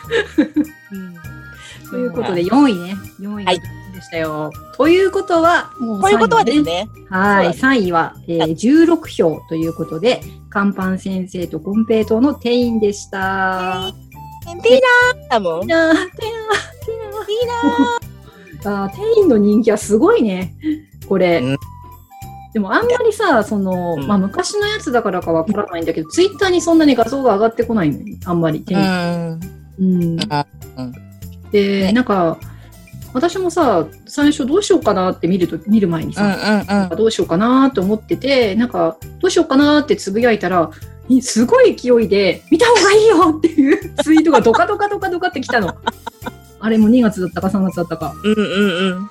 Speaker 2: ということで、4位ね。4位
Speaker 3: はい
Speaker 2: でしたよ。ということは、もう
Speaker 3: こういうことは
Speaker 2: 最
Speaker 3: で
Speaker 2: 後
Speaker 3: す
Speaker 2: ね
Speaker 3: ね。
Speaker 2: はい、
Speaker 3: そ
Speaker 2: 3位は、えー16票ということで、乾パン先生と金平糖の店員でした。
Speaker 3: ティーナーだもん。
Speaker 2: い
Speaker 3: テ
Speaker 2: いなぁ、店
Speaker 3: ィーナ
Speaker 2: 員 あー店員の人気はすごいね、これ。
Speaker 3: うん
Speaker 2: でもあんまりさ、その、
Speaker 3: うん
Speaker 2: まあ昔のやつだからかわからないんだけど、ツイッターにそんなに画像が上がってこないのよ、あんまり店員。
Speaker 3: ー。うん。
Speaker 2: うん
Speaker 3: うん
Speaker 2: で、
Speaker 3: ね
Speaker 2: なんか、私もさ、最初どうしようかなって見ると、見る前に
Speaker 3: う
Speaker 2: さ、
Speaker 3: んうんうん。
Speaker 2: どうしようかなと思ってて、なんか、どうしようかなってつぶやいたら、いすごい勢いで、見た方がいいよっていう ツイートがドカドカドカドカってきたの。あれも2月だったか3月だったか。
Speaker 3: うんうん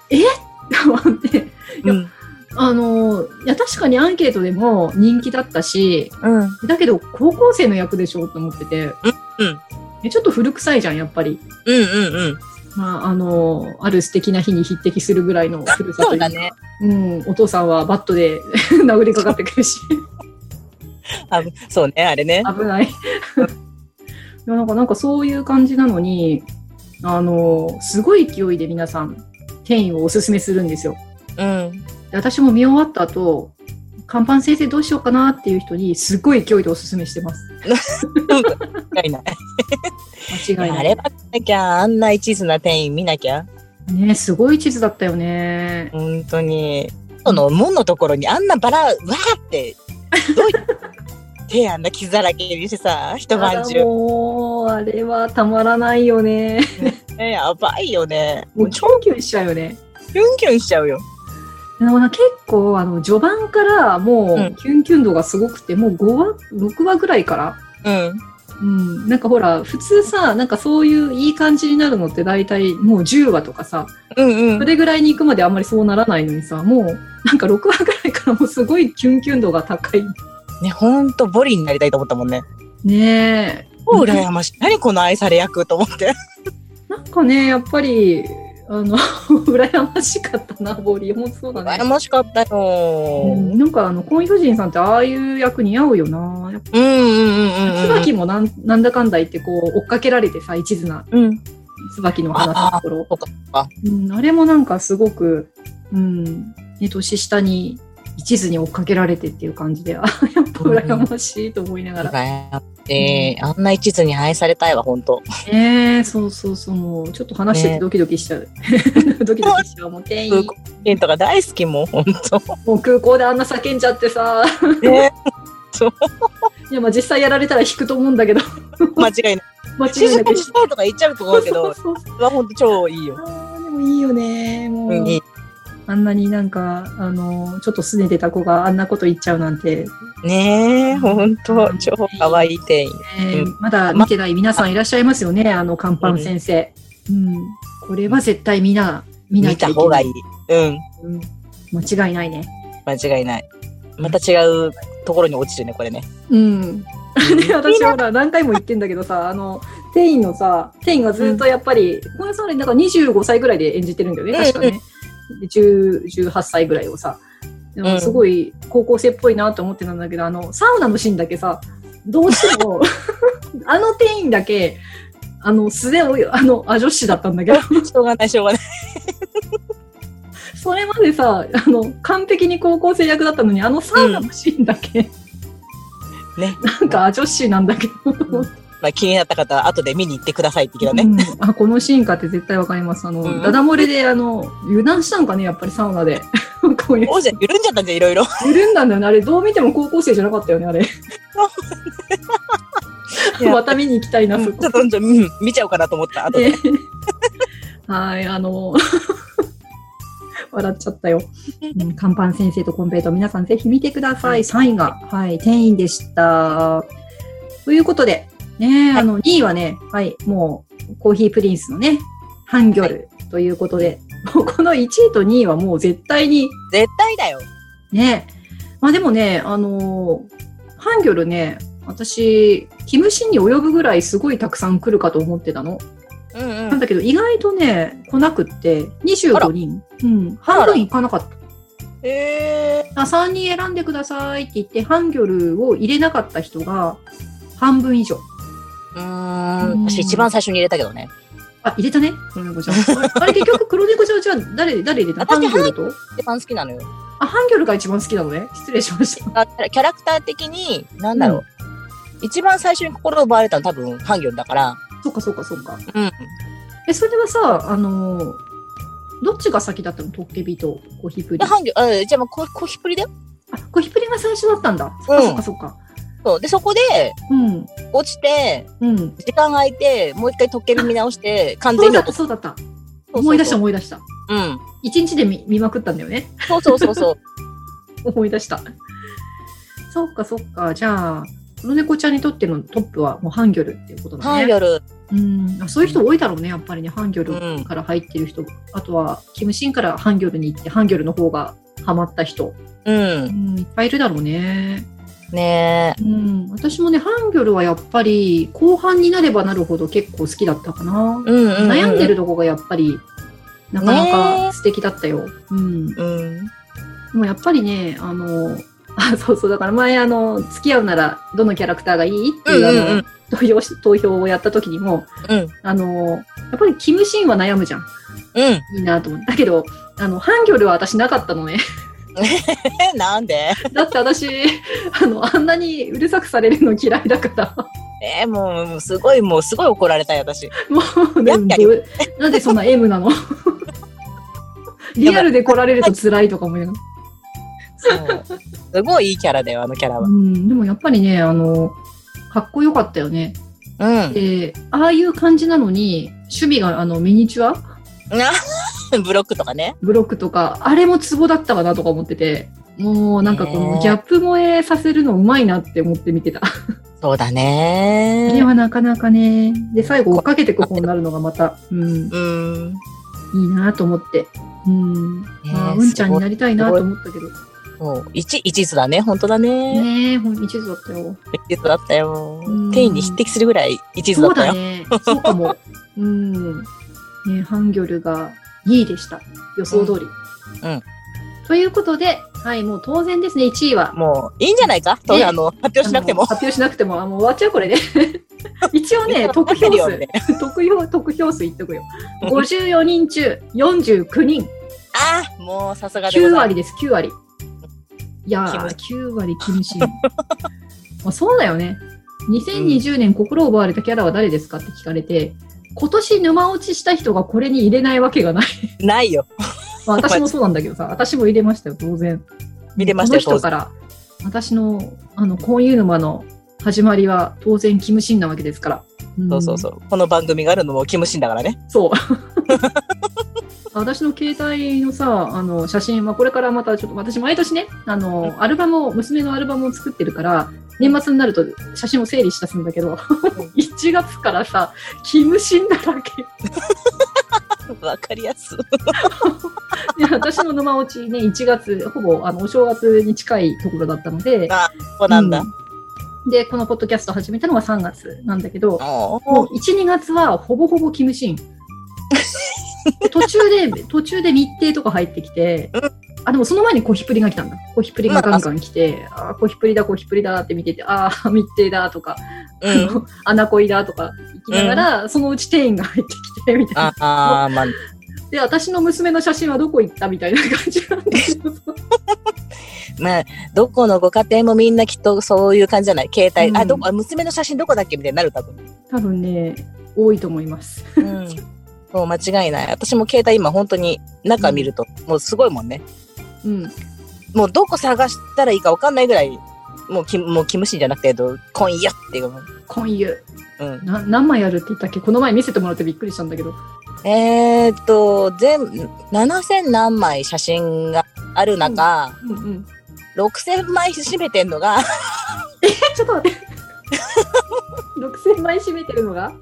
Speaker 2: と思って。
Speaker 3: うん。うん
Speaker 2: あのー、いや、確かにアンケートでも人気だったし、
Speaker 3: うん。
Speaker 2: だけど高校生の役でしょと思ってて。
Speaker 3: うん
Speaker 2: えちょっと古臭いじゃん、やっぱり。
Speaker 3: うんうんうん。
Speaker 2: まあ、あのー、ある素敵な日に匹敵するぐらいの古さ
Speaker 3: そ
Speaker 2: といううか
Speaker 3: だね。
Speaker 2: うん、お父さんはバットで 殴りかかってくるし。
Speaker 3: あそうね、あれね。
Speaker 2: 危 ない。いやなんか、なんかそういう感じなのに、あの、すごい勢いで皆さん、転移をおすすめするんですよ。
Speaker 3: うん。
Speaker 2: で私も見終わった後、看板先生どうしようかなっていう人に、すごい勢いでおすすめしてます。
Speaker 3: 間違いない。
Speaker 2: 間違いな
Speaker 3: あ
Speaker 2: い。
Speaker 3: ればなきゃ、あんな一途な店員見なきゃ。
Speaker 2: ねすごい地図だったよね。
Speaker 3: 本当に。その門のところにあんなバラ、わーって、どうい手あんな傷だらけにしてさ、一晩
Speaker 2: あら
Speaker 3: 中。
Speaker 2: もう、あれはたまらないよね。
Speaker 3: ね、やばいよね。
Speaker 2: も
Speaker 3: も
Speaker 2: う、
Speaker 3: う
Speaker 2: キ
Speaker 3: キ
Speaker 2: ョンキョンしちゃうよね。
Speaker 3: ュンキュンしちゃうよ。
Speaker 2: でもな結構、あの、序盤からも
Speaker 3: う
Speaker 2: う、
Speaker 3: ん
Speaker 2: キュンキュン度がすごくて、もう5話、6話ぐらいから、
Speaker 3: うん。
Speaker 2: うん、なんかほら、普通さ、なんかそういういい感じになるのって大体もう10話とかさ、
Speaker 3: うんう
Speaker 2: そ
Speaker 3: ん。
Speaker 2: れぐらいに行くまであんまりそうならないのにさ、もうなんか6話ぐらいからもうすごいキュンキュン度が高い。
Speaker 3: ね、ほんとボリになりたいと思ったもんね。
Speaker 2: ねえ。
Speaker 3: お羨ましい。何この愛され役と思って。
Speaker 2: なんかね、やっぱり、あの、 羨ましかったな、ボリー。もそうだ
Speaker 3: 羨
Speaker 2: ね。
Speaker 3: ましかったよ
Speaker 2: う
Speaker 3: ー。
Speaker 2: ん、なんかあの、コン・ヒョジンさんってああいう役似合うよな。やっぱ
Speaker 3: うんうんうんうんうん。
Speaker 2: 椿もなんなんだかんだ言ってこう追っかけられてさ、一途な
Speaker 3: うん。
Speaker 2: 椿の話のところ。
Speaker 3: あそうかそうか
Speaker 2: うん、あれもなんかすごく、うん、ね、年下に一途に追っかけられてっていう感じで、あやっぱ羨ましいと思いながら。
Speaker 3: 羨まえー、あんな一途に愛されたいわ、本当。
Speaker 2: ねえ、そうそうそう、もうちょっと話してて
Speaker 3: ね
Speaker 2: ドキドキしちゃう。ドキドキしちゃう。もう店員、
Speaker 3: ケントが大好きもん、本
Speaker 2: もう空港であんな叫んじゃってさ、
Speaker 3: 当。ね、
Speaker 2: いや、まあ実際やられたら引くと思うんだけど、
Speaker 3: 間違 いない。
Speaker 2: 間
Speaker 3: 就
Speaker 2: 違いな
Speaker 3: 職
Speaker 2: く
Speaker 3: したいとか言っちゃうと思うけど、
Speaker 2: そうそうそう
Speaker 3: は本当超いいよ。
Speaker 2: あーでもいいよね、もう。
Speaker 3: うん、いい
Speaker 2: あんなになんか、あの、ちょっと拗ねてた子があんなこと言っちゃうなんて、
Speaker 3: ねえ、本当超可愛い店員。
Speaker 2: えー
Speaker 3: う
Speaker 2: まだ見てない皆さんいらっしゃいますよね、あの、看板先生。うん。これは絶対見な、見な
Speaker 3: 見
Speaker 2: きゃ
Speaker 3: た
Speaker 2: いけない。
Speaker 3: 方がいい。うん、
Speaker 2: うん間違いないね。
Speaker 3: 間違いない。また違うところに落ちるね、これ ね。
Speaker 2: うん。で、私はほら、何回も言ってんだけど さ、あの、店員のさ、店員がずっとやっぱり、この人ね、なんか25歳ぐらいで演じてるんだよね、
Speaker 3: うん
Speaker 2: 確かね。で10 18歳ぐらいをさ、でも
Speaker 3: うん
Speaker 2: すごい高校生っぽいなと思ってたんだけど、あの、サウナのシーンだけさ、どうしても、 あの店員だけ、あの、素手を、あの、あ、女子だったんだけど、
Speaker 3: しょうがない、しょうがない。
Speaker 2: それまでさ、あの、完璧に高校生役だったのに、あのサウナのシーンだけ、
Speaker 3: ね。
Speaker 2: なんか、あ、女子なんだけど、
Speaker 3: まあ、気になった方は後で見に行ってくださいって言うけど
Speaker 2: う
Speaker 3: ね。
Speaker 2: ん、あこのシーンかって絶対わかります。あの、
Speaker 3: うん
Speaker 2: ダダ漏れで、あの、油断したんかね、やっぱりサウナで。 こういう。
Speaker 3: 王者緩んじゃったんじゃん、いろいろ。
Speaker 2: 緩んだんだ よね。あれ、どう見ても高校生じゃなかったよね、あれ。 また見に行きたいな、
Speaker 3: う
Speaker 2: そ
Speaker 3: んちょ
Speaker 2: こ
Speaker 3: っ。と、うんうん、見ちゃおうかなと思った、後で。
Speaker 2: はい、あの、 笑っちゃったよ。うん、看板先生とコンペイト、皆さんぜひ見てください。3位が、はい、店員でした。ということで、ね、あの、2位はね、はい、もう、コーヒープリンスのね、ハンギョルということで、もうこの1位と2位はもう絶対に、
Speaker 3: 絶対だよ。
Speaker 2: ね、まあでもね、あのーハンギョルね、私、キムシンに及ぶぐらいすごいたくさん来るかと思ってたの。
Speaker 3: うんう
Speaker 2: なん
Speaker 3: ん。
Speaker 2: だけど、意外とね、来なくって、25人。うん。
Speaker 3: あら
Speaker 2: 半分いかなかった。
Speaker 3: え
Speaker 2: あ3人選んでくださいって言って、ハンギョルを入れなかった人が、半分以上。
Speaker 3: ー。うーん、私一番最初に入れたけどね。
Speaker 2: あ、入れたね、黒猫 ちゃん。あれ結局、黒猫ちゃんはじゃあ誰、誰入れたのハンギ
Speaker 3: 私
Speaker 2: ョルと
Speaker 3: 一番好きなのよ。
Speaker 2: あ、ハンギョルが一番好きなのね。失礼しました。
Speaker 3: あキャラクター的に、なんだろう。一番最初に心を奪われたのは多分、ハンギョンだから。
Speaker 2: そっかそっかそっか。
Speaker 3: うん。
Speaker 2: え、それはさ、あのーどっちが先だったのトッケビとコヒプリ
Speaker 3: で、。ハンギョン、あじゃあもうコ、コヒプリだよ。
Speaker 2: あ、コヒプリが最初だったんだ。そっかそっかそっか。
Speaker 3: そう。で、そこで、
Speaker 2: うん。
Speaker 3: 落ちて、
Speaker 2: うん。
Speaker 3: 時間空いて、もう一回時計見直して、完
Speaker 2: そ
Speaker 3: 全
Speaker 2: う
Speaker 3: に
Speaker 2: だっ
Speaker 3: 落
Speaker 2: た、
Speaker 3: とす。
Speaker 2: そうだった。
Speaker 3: そうそうそう
Speaker 2: 思い出した、思い出した。
Speaker 3: うん。
Speaker 2: 一日で見見まくったんだよね。
Speaker 3: そうそうそうそう。
Speaker 2: 思い出した。そっかそっか。じゃあ、黒猫ちゃんにとってのトップはもうハンギョルっていうことだね。
Speaker 3: ハンギョル、
Speaker 2: うんあそういう人多いだろうね、やっぱりね。ハンギョ
Speaker 3: う
Speaker 2: ル
Speaker 3: ん
Speaker 2: から入ってる人。あとは、キムシンからハンギョルに行って、ハンギョルの方がハマった人。う
Speaker 3: う。
Speaker 2: んん、いっぱいいるだろうね。
Speaker 3: ねえ。
Speaker 2: うん、私もね、ハンギョルはやっぱり、後半になればなるほど結構好きだったかな。
Speaker 3: うんうん、うん。
Speaker 2: 悩んでる。とこがやっぱり、なかなか素敵だったよ。うん。
Speaker 3: うん。
Speaker 2: もうやっぱりね、あの、あ、そうそう、だから前、あの、付き合うならどのキャラクターがいいって
Speaker 3: う
Speaker 2: い
Speaker 3: ん
Speaker 2: う、
Speaker 3: う
Speaker 2: あの
Speaker 3: ん
Speaker 2: 投票し、投票をやった時にも、
Speaker 3: うん。
Speaker 2: あの、やっぱりキムシンは悩むじゃん。
Speaker 3: うん。うん。
Speaker 2: いいなと思って。だけど、あの、ハンギョルは私なかったのね。
Speaker 3: え、 なんで
Speaker 2: だって私、あの、あんなにうるさくされるの嫌いだから。
Speaker 3: えーもう、もうすごい、もうすごい怒られたよ、私。
Speaker 2: もう、ね、
Speaker 3: やっぱ
Speaker 2: どうなんでそんな M なのリアルで来られると辛いとか思いながら。
Speaker 3: そう。すごいいいキャラだよ、あのキャラは
Speaker 2: う。ん、でもやっぱりね、あの、かっこよかったよね。
Speaker 3: うん。
Speaker 2: で、ああいう感じなのに、趣味があのミニチュア
Speaker 3: な ブロックとかね。
Speaker 2: ブロックとか、あれもツボだったかなとか思ってて、もうなんかこ
Speaker 3: ね
Speaker 2: の
Speaker 3: え
Speaker 2: ギャップ萌えさせるのうまいなって思って見てた。あ
Speaker 3: そうだ
Speaker 2: れ
Speaker 3: ね。
Speaker 2: はなかなかね。で、最後追っかけてここになるのがまた、うん、
Speaker 3: うん。ね
Speaker 2: いいなと思って。うん。あーうんちゃんになりたいなと思ったけど。
Speaker 3: そう。一、一途だね。本当だね。
Speaker 2: ねえ、ほん一途だったよ。
Speaker 3: 一途だったよ
Speaker 2: うん。
Speaker 3: 店員に匹敵するぐらい一途
Speaker 2: そう
Speaker 3: だった
Speaker 2: だ
Speaker 3: よ。
Speaker 2: ね。そうかも。うん。ね、ハンギョルが2位でした。予想通り。
Speaker 3: うんうん
Speaker 2: ということで、はい、もう当然ですね、1位は。
Speaker 3: もう、いいんじゃないかと、
Speaker 2: ね
Speaker 3: あの、発表しなくて
Speaker 2: あの
Speaker 3: も。
Speaker 2: 発表しなくても、あ、もう終わっちゃう、これね。 一応ね、
Speaker 3: みんな
Speaker 2: 得票数
Speaker 3: 分かってるよね、
Speaker 2: 得票、得票数言っとくよ。54人中49人、
Speaker 3: ああ、もうさすがでご
Speaker 2: 9
Speaker 3: ざい
Speaker 2: 割です、9割。いや
Speaker 3: キム
Speaker 2: ー、9割禁止。まあ、そうだよね。 2020年心を奪われたキャラは誰ですかって聞かれて、今年沼落ちした人がこれに入れないわけが ない。
Speaker 3: ないよ。
Speaker 2: まあ私もそうなんだけどさ、私も入れましたよ、当然。
Speaker 3: 見れましたよ、
Speaker 2: この人から、私の、あの、こういう沼の始まりは当然、キムシンなわけですから。ん
Speaker 3: そうそうそう。この番組があるのもキムシンだからね。
Speaker 2: そう。 私の携帯のさ、あの、写真はこれからまたちょっと、私毎年ね、あの、アルバムを、娘のアルバムを作ってるから、年末になると写真を整理したすんだけど、1月からさ、キムシンだらけ。
Speaker 3: わかりやすい。
Speaker 2: で私の沼落ちね、1月、ほぼあのお正月に近いところだったので、
Speaker 3: そうなんだ。
Speaker 2: うんで、このポッドキャスト始めたのが3月なんだけど、
Speaker 3: お
Speaker 2: もう
Speaker 3: ー
Speaker 2: 1、2月はほぼほぼキムシン。途中で、途中で日程とか入ってきて、あ、でもその前にコヒプリが来たんだ。コヒプリがガンガン来て、あー、コヒプリだ、コヒプリだって見てて、あー、日程だとか、
Speaker 3: うん。
Speaker 2: アナコイだとか行きながら、そのうち店員が入ってきて、みたいな。
Speaker 3: ああー、まあ、
Speaker 2: で、私の娘の写真はどこ行ったみたいな感じなんだけどさ
Speaker 3: まあ、どこのご家庭もみんなきっとそういう感じじゃない携帯、
Speaker 2: うん
Speaker 3: あ、どこ、あ娘の写真どこだっけみたいになる、多分。
Speaker 2: 多分ね、多いと思います。
Speaker 3: うん。そう、間違いない。私も携帯今本当に中見ると、もうすごいもんね。
Speaker 2: うん。
Speaker 3: もうどこ探したらいいかわかんないぐらい、もうキム、もうキムシンじゃなくて、えっと今夜っていう。
Speaker 2: 今夜、
Speaker 3: うん。
Speaker 2: な何枚あるって言ったっけこの前見せてもらってびっくりしたんだけど。
Speaker 3: えーっと、全、7000何枚写真がある中、
Speaker 2: うんうん。
Speaker 3: 6000枚占めてんのが、
Speaker 2: ちょっと 待って。6000枚占めてるのが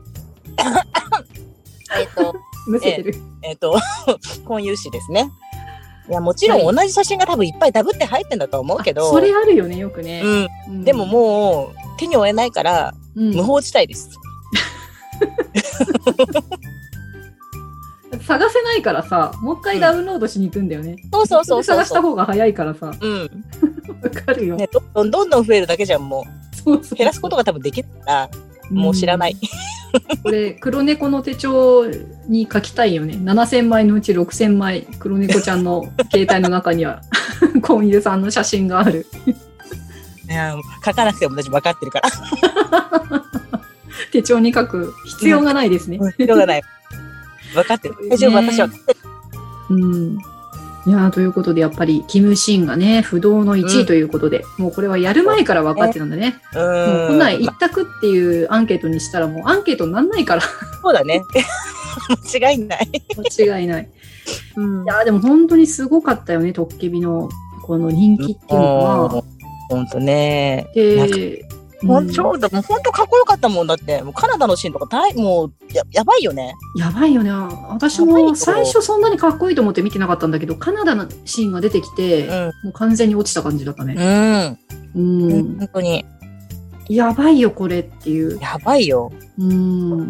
Speaker 3: えっと、
Speaker 2: むせてる。
Speaker 3: えっと、 婚友誌ですね。いや、もちろん同じ写真が多分いっぱいダブって入ってんだと思うけど、
Speaker 2: あそれあるよね、よくね。
Speaker 3: うん。
Speaker 2: うん
Speaker 3: でももう、手に負えないから、
Speaker 2: うん、
Speaker 3: 無法地帯です。
Speaker 2: 探せないからさ、もう一回ダウンロードしに行くんだよね。
Speaker 3: そうそうそうそう
Speaker 2: 探した方が早いからさ、
Speaker 3: うん。
Speaker 2: わかるよ。
Speaker 3: ね、どんどんどんどん増えるだけじゃん、も
Speaker 2: そうそう
Speaker 3: う。減らすことが多分できないから、もう知らない。。
Speaker 2: うんこれ、黒猫の手帳に書きたいよね。7000枚のうち6000枚、黒猫ちゃんの携帯の中には、 コンユさんの写真がある。
Speaker 3: いや書かなくても私分かってるから。
Speaker 2: 手帳に書く必要がないですね。
Speaker 3: しょうがない。分かっ てる。大丈夫、
Speaker 2: ね
Speaker 3: 私は。
Speaker 2: うん。いやーということで、やっぱり、キム・シンがね、不動の1位ということで、もうこれはやる前から分かってたんだね。
Speaker 3: う
Speaker 2: もう
Speaker 3: ーん。
Speaker 2: こんなん一択っていうアンケートにしたら、もうアンケートになんない から、
Speaker 3: そう だね。間違いない。
Speaker 2: 間違いない。
Speaker 3: うん
Speaker 2: い。やーでも本当にすごかったよね、トッケビの、この人気っていうのは。
Speaker 3: ほんとね。なんか
Speaker 2: で、
Speaker 3: ほ
Speaker 2: うん
Speaker 3: んと、でもほんとかっこよかったもんだって。もうカナダのシーンとか大、もう、ややばいよね。
Speaker 2: やばいよね。私
Speaker 3: やばいよ
Speaker 2: も最初そんなにかっこいいと思って見てなかったんだけど、カナダのシーンが出てきて、
Speaker 3: うん。
Speaker 2: もう完全に落ちた感じだったね。
Speaker 3: うん。
Speaker 2: うん。
Speaker 3: 本当に。
Speaker 2: やばいよ、これっていう。
Speaker 3: やばいよ。
Speaker 2: うん。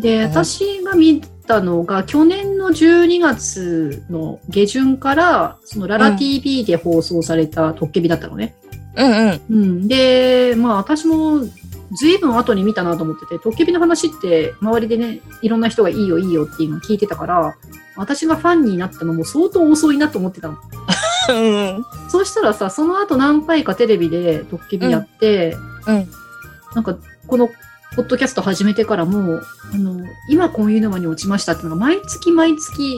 Speaker 2: で、
Speaker 3: うん
Speaker 2: 私が見たのが、去年の12月の下旬から、そのラ
Speaker 3: う
Speaker 2: ラ
Speaker 3: ん
Speaker 2: TV で放送されたトッケビだったのね。
Speaker 3: うんうん。
Speaker 2: うん。で、まあ私も随分後に見たなと思ってて、トッケビの話って周りでね、いろんな人がいいよいいよっていうのを聞いてたから、私がファンになったのも相当遅いなと思ってたの。
Speaker 3: うん。
Speaker 2: そうしたらさ、その後何回かテレビでトッケビやって、
Speaker 3: うんうん
Speaker 2: なんか、この、ポッドキャスト始めてからもう、あの、今こういう沼に落ちましたっていうのが、毎月毎月、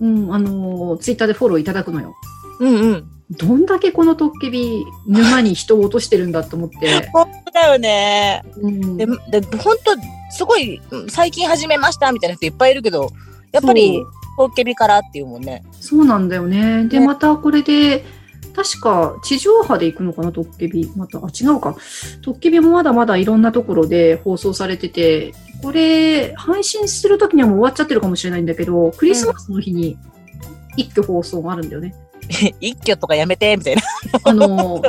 Speaker 3: うんう
Speaker 2: う
Speaker 3: ん。
Speaker 2: ん、あの、ツイッターでフォローいただくのよ。
Speaker 3: うんうん。
Speaker 2: どんだけこのトッケビ、沼に人を落としてるんだと思っ て。
Speaker 3: ほんとだよね。
Speaker 2: うん
Speaker 3: で、で、ほんと、すごい、最近始めましたみたいな人いっぱいいるけど、やっぱり、ホッケビからっていうもんね。
Speaker 2: そうそうなんだよね。で、
Speaker 3: ね
Speaker 2: またこれで、確か地上波で行くのかな、トッケビ。また、あ、違うか。トッケビもまだまだいろんなところで放送されてて、これ、配信するときにはもう終わっちゃってるかもしれないんだけど、クリスマスの日に一挙放送があるんだよね。
Speaker 3: 一挙とかやめて、みたいな。
Speaker 2: あの、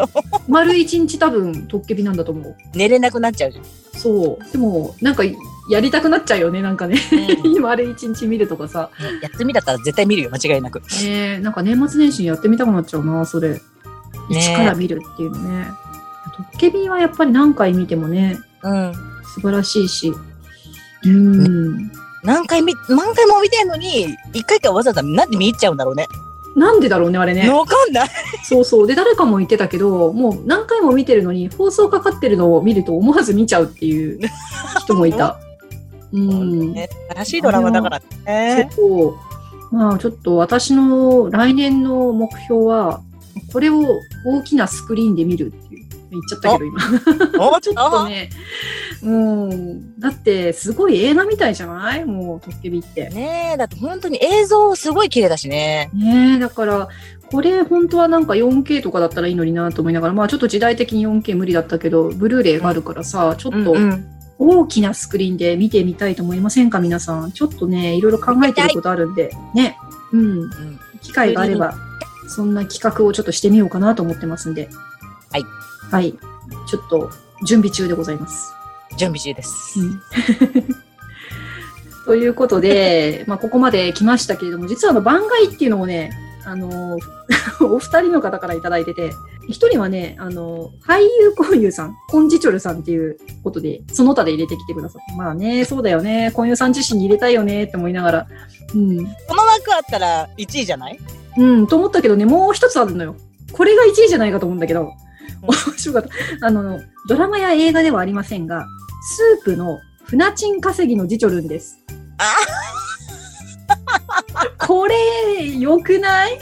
Speaker 2: 丸一日多分トッケビなんだと思う。
Speaker 3: 寝れなくなっちゃうじゃん。
Speaker 2: そう。でも、なんか、やりたくなっちゃうよね、なんかね。 丸一日見るとかさ。
Speaker 3: 休みだったら絶対見るよ、間違いなく。
Speaker 2: ねえ、なんか年末年始にやってみたくなっちゃうな、それ。
Speaker 3: え
Speaker 2: 一から見るっていうのね。トッケビはやっぱり何回見てもね、
Speaker 3: うん。
Speaker 2: 素晴らしいし。うん。
Speaker 3: 何回見、何回も見てんのに、一回かわざわざなんで見入っちゃうんだろうね。
Speaker 2: なんでだろうね、あれね。
Speaker 3: わかんない。
Speaker 2: そうそう。で、誰かも言ってたけど、もう何回も見てるのに、放送かかってるのを見ると思わず見ちゃうって いう人もいた。うん。
Speaker 3: ね素晴らしいドラマだからね。
Speaker 2: そう。まあ、ちょっと私の来年の目標は、これを大きなスクリーンで見るっていう。言っちゃったけど、今。
Speaker 3: もうちょっ
Speaker 2: ちょっと
Speaker 3: と。
Speaker 2: ね、うん。だって、すごい映画みたいじゃないもう、トッケビって。
Speaker 3: ねえ、だって本当に映像すごい綺麗だしね。
Speaker 2: ねえ、だから、これ本当はなんか 4K とかだったらいいのになと思いながら、まあちょっと時代的に 4K 無理だったけど、ブルーレイがあるからさ、ちょっと
Speaker 3: うん
Speaker 2: 大きなスクリーンで見てみたいと思いませんか皆さん。ちょっとね、いろいろ考えてることあるんで、ね。うん。
Speaker 3: うん。
Speaker 2: 機会があれば、そんな企画をちょっとしてみようかなと思ってますんで。
Speaker 3: はい。
Speaker 2: はい。ちょっと、準備中でございます。
Speaker 3: 準備中です。
Speaker 2: ということで、まあ、ここまで来ましたけれども、実はあの番外っていうのもね、あの、 お二人の方からいただいてて、一人はね、あの、俳優コンユさん、コンジチョルさんっていうことで、その他で入れてきてくださって、まあね、そうだよね、コンユさん自身に入れたいよねって思いながら、うん、
Speaker 3: この枠あったら1位じゃない
Speaker 2: うん、と思ったけどね、もう一つあるのよ。これが1位じゃないかと思うんだけど、
Speaker 3: うん
Speaker 2: 面白かった。あの、ドラマや映画ではありませんが、スープの船賃稼ぎのジチョルンです。
Speaker 3: あ
Speaker 2: これ、良くない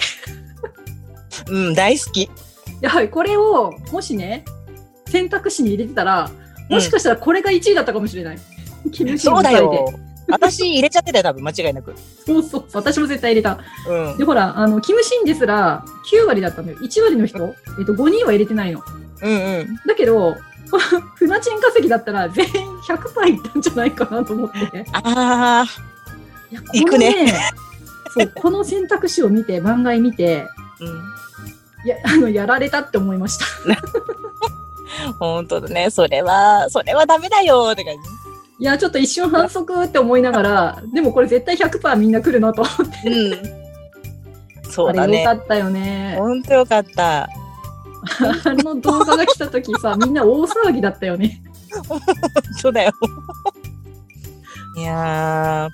Speaker 3: うん、大好き。
Speaker 2: はい、これを、もしね、選択肢に入れてたら、もしかしたらこれが1位だったかもしれない。厳しい
Speaker 3: そうだ
Speaker 2: 舞台
Speaker 3: よ
Speaker 2: で。
Speaker 3: 私入れちゃってたよ、多分間違いなく。
Speaker 2: そうそう。私も絶対入れた。
Speaker 3: うん。
Speaker 2: で、ほら、あの、キムシンですら、9割だったのよ。1割の人、えっと、5人は入れてないの。
Speaker 3: うんうん。
Speaker 2: だけど、 船賃稼ぎだったら全員100%いったんじゃないかなと思って。
Speaker 3: ああ、
Speaker 2: いやこ
Speaker 3: 行くね
Speaker 2: のそう、この選択肢を見て、番外見て、
Speaker 3: う
Speaker 2: いや、あの、やられたって思いました。
Speaker 3: ん。本当だね。それは、それはダメだよって感
Speaker 2: いや、ちょっと一瞬反則って思いながら、でもこれ絶対100%みんな来るなと思って。
Speaker 3: じ。うん。そう
Speaker 2: あ
Speaker 3: だ
Speaker 2: れ良
Speaker 3: ね
Speaker 2: か。ったよね。
Speaker 3: 本当よかった。
Speaker 2: あの動画が来た時さ、みんな大騒ぎだったよね。
Speaker 3: そうだよ。いやー、
Speaker 2: な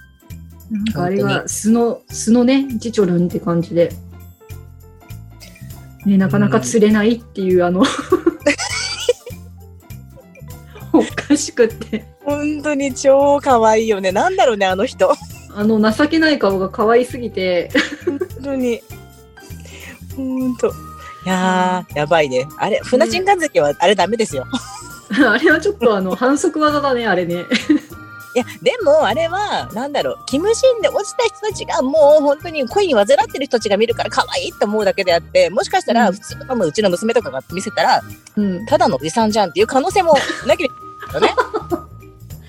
Speaker 2: んかあれが素の、素のね、ジチョルンって感じで。ね、なかなか釣れないっていう、 あの、おかしくって。
Speaker 3: 本当に超可愛いよね。なんだろうね、あの人。
Speaker 2: あの、情けない顔が可愛すぎて、
Speaker 3: 本当に。本当。いやー、やばいね。あれ、船賃関係は、あれダメですよ。
Speaker 2: あれはちょっとあの、反則技だね、あれね。
Speaker 3: いや、でも、あれは、なんだろう、キムシンで落ちた人たちが、もう本当に恋に煩ってる人たちが見るから、可愛いって思うだけであって、もしかした
Speaker 2: う
Speaker 3: ら、
Speaker 2: ん
Speaker 3: 普通の、うちの娘とかが見せたら、
Speaker 2: うん。
Speaker 3: ただのおじさんじゃんっていう可能性も なきゃいけないよね。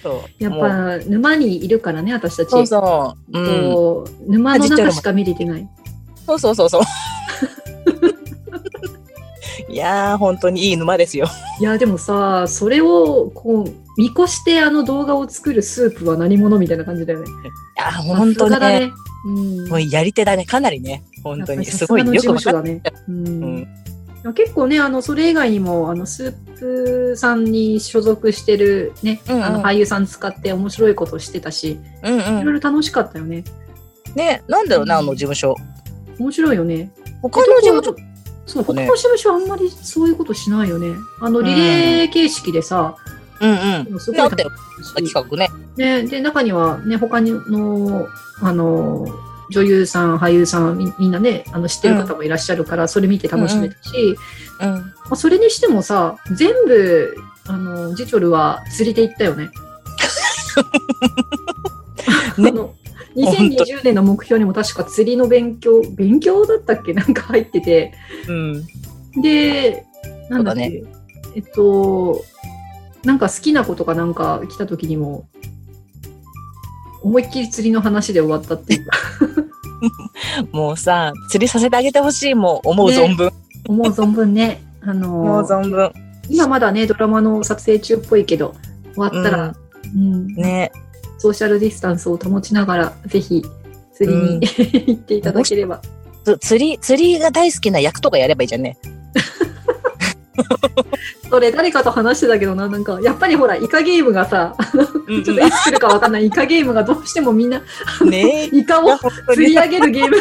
Speaker 3: そう。
Speaker 2: やっ
Speaker 3: もう、
Speaker 2: ぱ、沼にいるからね、私たち。
Speaker 3: そうそう。うん。
Speaker 2: こう沼の中しか見れてない。
Speaker 3: そうそうそうそう。 いやー、本当にいい沼ですよ。
Speaker 2: いや、でもさ、それを、こう、見越してあの動画を作るスープは何者みたいな感じだよね。
Speaker 3: いやー、本当
Speaker 2: さすが
Speaker 3: に
Speaker 2: だ
Speaker 3: ね。
Speaker 2: ね。うん。
Speaker 3: もうやり手だね、かなりね。本当
Speaker 2: やっぱり
Speaker 3: に。
Speaker 2: さ
Speaker 3: すごい、
Speaker 2: がの
Speaker 3: よくわ
Speaker 2: 事
Speaker 3: か
Speaker 2: 務
Speaker 3: っ
Speaker 2: 所だね。うん結構ね、あの、それ以外にも、あの、スープさんに所属してるね、
Speaker 3: うんうん
Speaker 2: あの、俳優さん使って面白いことしてたし、
Speaker 3: た。うん
Speaker 2: いうろ
Speaker 3: ん。
Speaker 2: いろ楽しかったよね。
Speaker 3: ね、なんだろうな、あの事務所。
Speaker 2: 面白いよね。
Speaker 3: 他の事務
Speaker 2: ど
Speaker 3: 所
Speaker 2: こ、そう、
Speaker 3: そ
Speaker 2: 他
Speaker 3: うね
Speaker 2: の事務所はあんまりそういうことしないよね。あの、リレー形式でさ、
Speaker 3: うんうん。
Speaker 2: すごい
Speaker 3: なっ
Speaker 2: 楽
Speaker 3: た
Speaker 2: し
Speaker 3: よ、
Speaker 2: い
Speaker 3: 企画ね。
Speaker 2: ね、で、中にはね、他にの、あの、女優さん、俳優さん、みみんなね、あの、知ってる方もいらっしゃるから、それ見て楽しめたし、
Speaker 3: うん。
Speaker 2: まあ、それにしてもさ、全部、あの、ジチョルは釣りで行ったよね。
Speaker 3: ね
Speaker 2: あの、2020年の目標にも確か釣りの勉強、勉強だったっけなんか入ってて。
Speaker 3: うん。
Speaker 2: で、なんだっけ
Speaker 3: そう
Speaker 2: えっと、なんか好きな子とかなんか来た時にも、思いっきり釣りの話で終わったっていうか、
Speaker 3: もうさ、釣りさせてあげてほしい、もう思う存分。
Speaker 2: 思う存分ね、 あ
Speaker 3: 思う
Speaker 2: の、
Speaker 3: 存分。
Speaker 2: 今まだね、ドラマの撮影中っぽいけど、終わったら、うん
Speaker 3: ね。
Speaker 2: ソーシャルディスタンスを保ちながら、ぜひ釣りに、
Speaker 3: う ん
Speaker 2: 行っていただければ。
Speaker 3: つ釣り、釣りが大好きな役とかやればいいじゃ んね。
Speaker 2: それ誰かと話してたけどな、なんか、やっぱりほら、イカゲームがさ、
Speaker 3: うん
Speaker 2: ちょっといつ来るかわかんないイカゲームがどうしてもみんな、
Speaker 3: うんね
Speaker 2: イカ
Speaker 3: いや
Speaker 2: を
Speaker 3: 本当
Speaker 2: 釣
Speaker 3: に
Speaker 2: り上げるゲーム。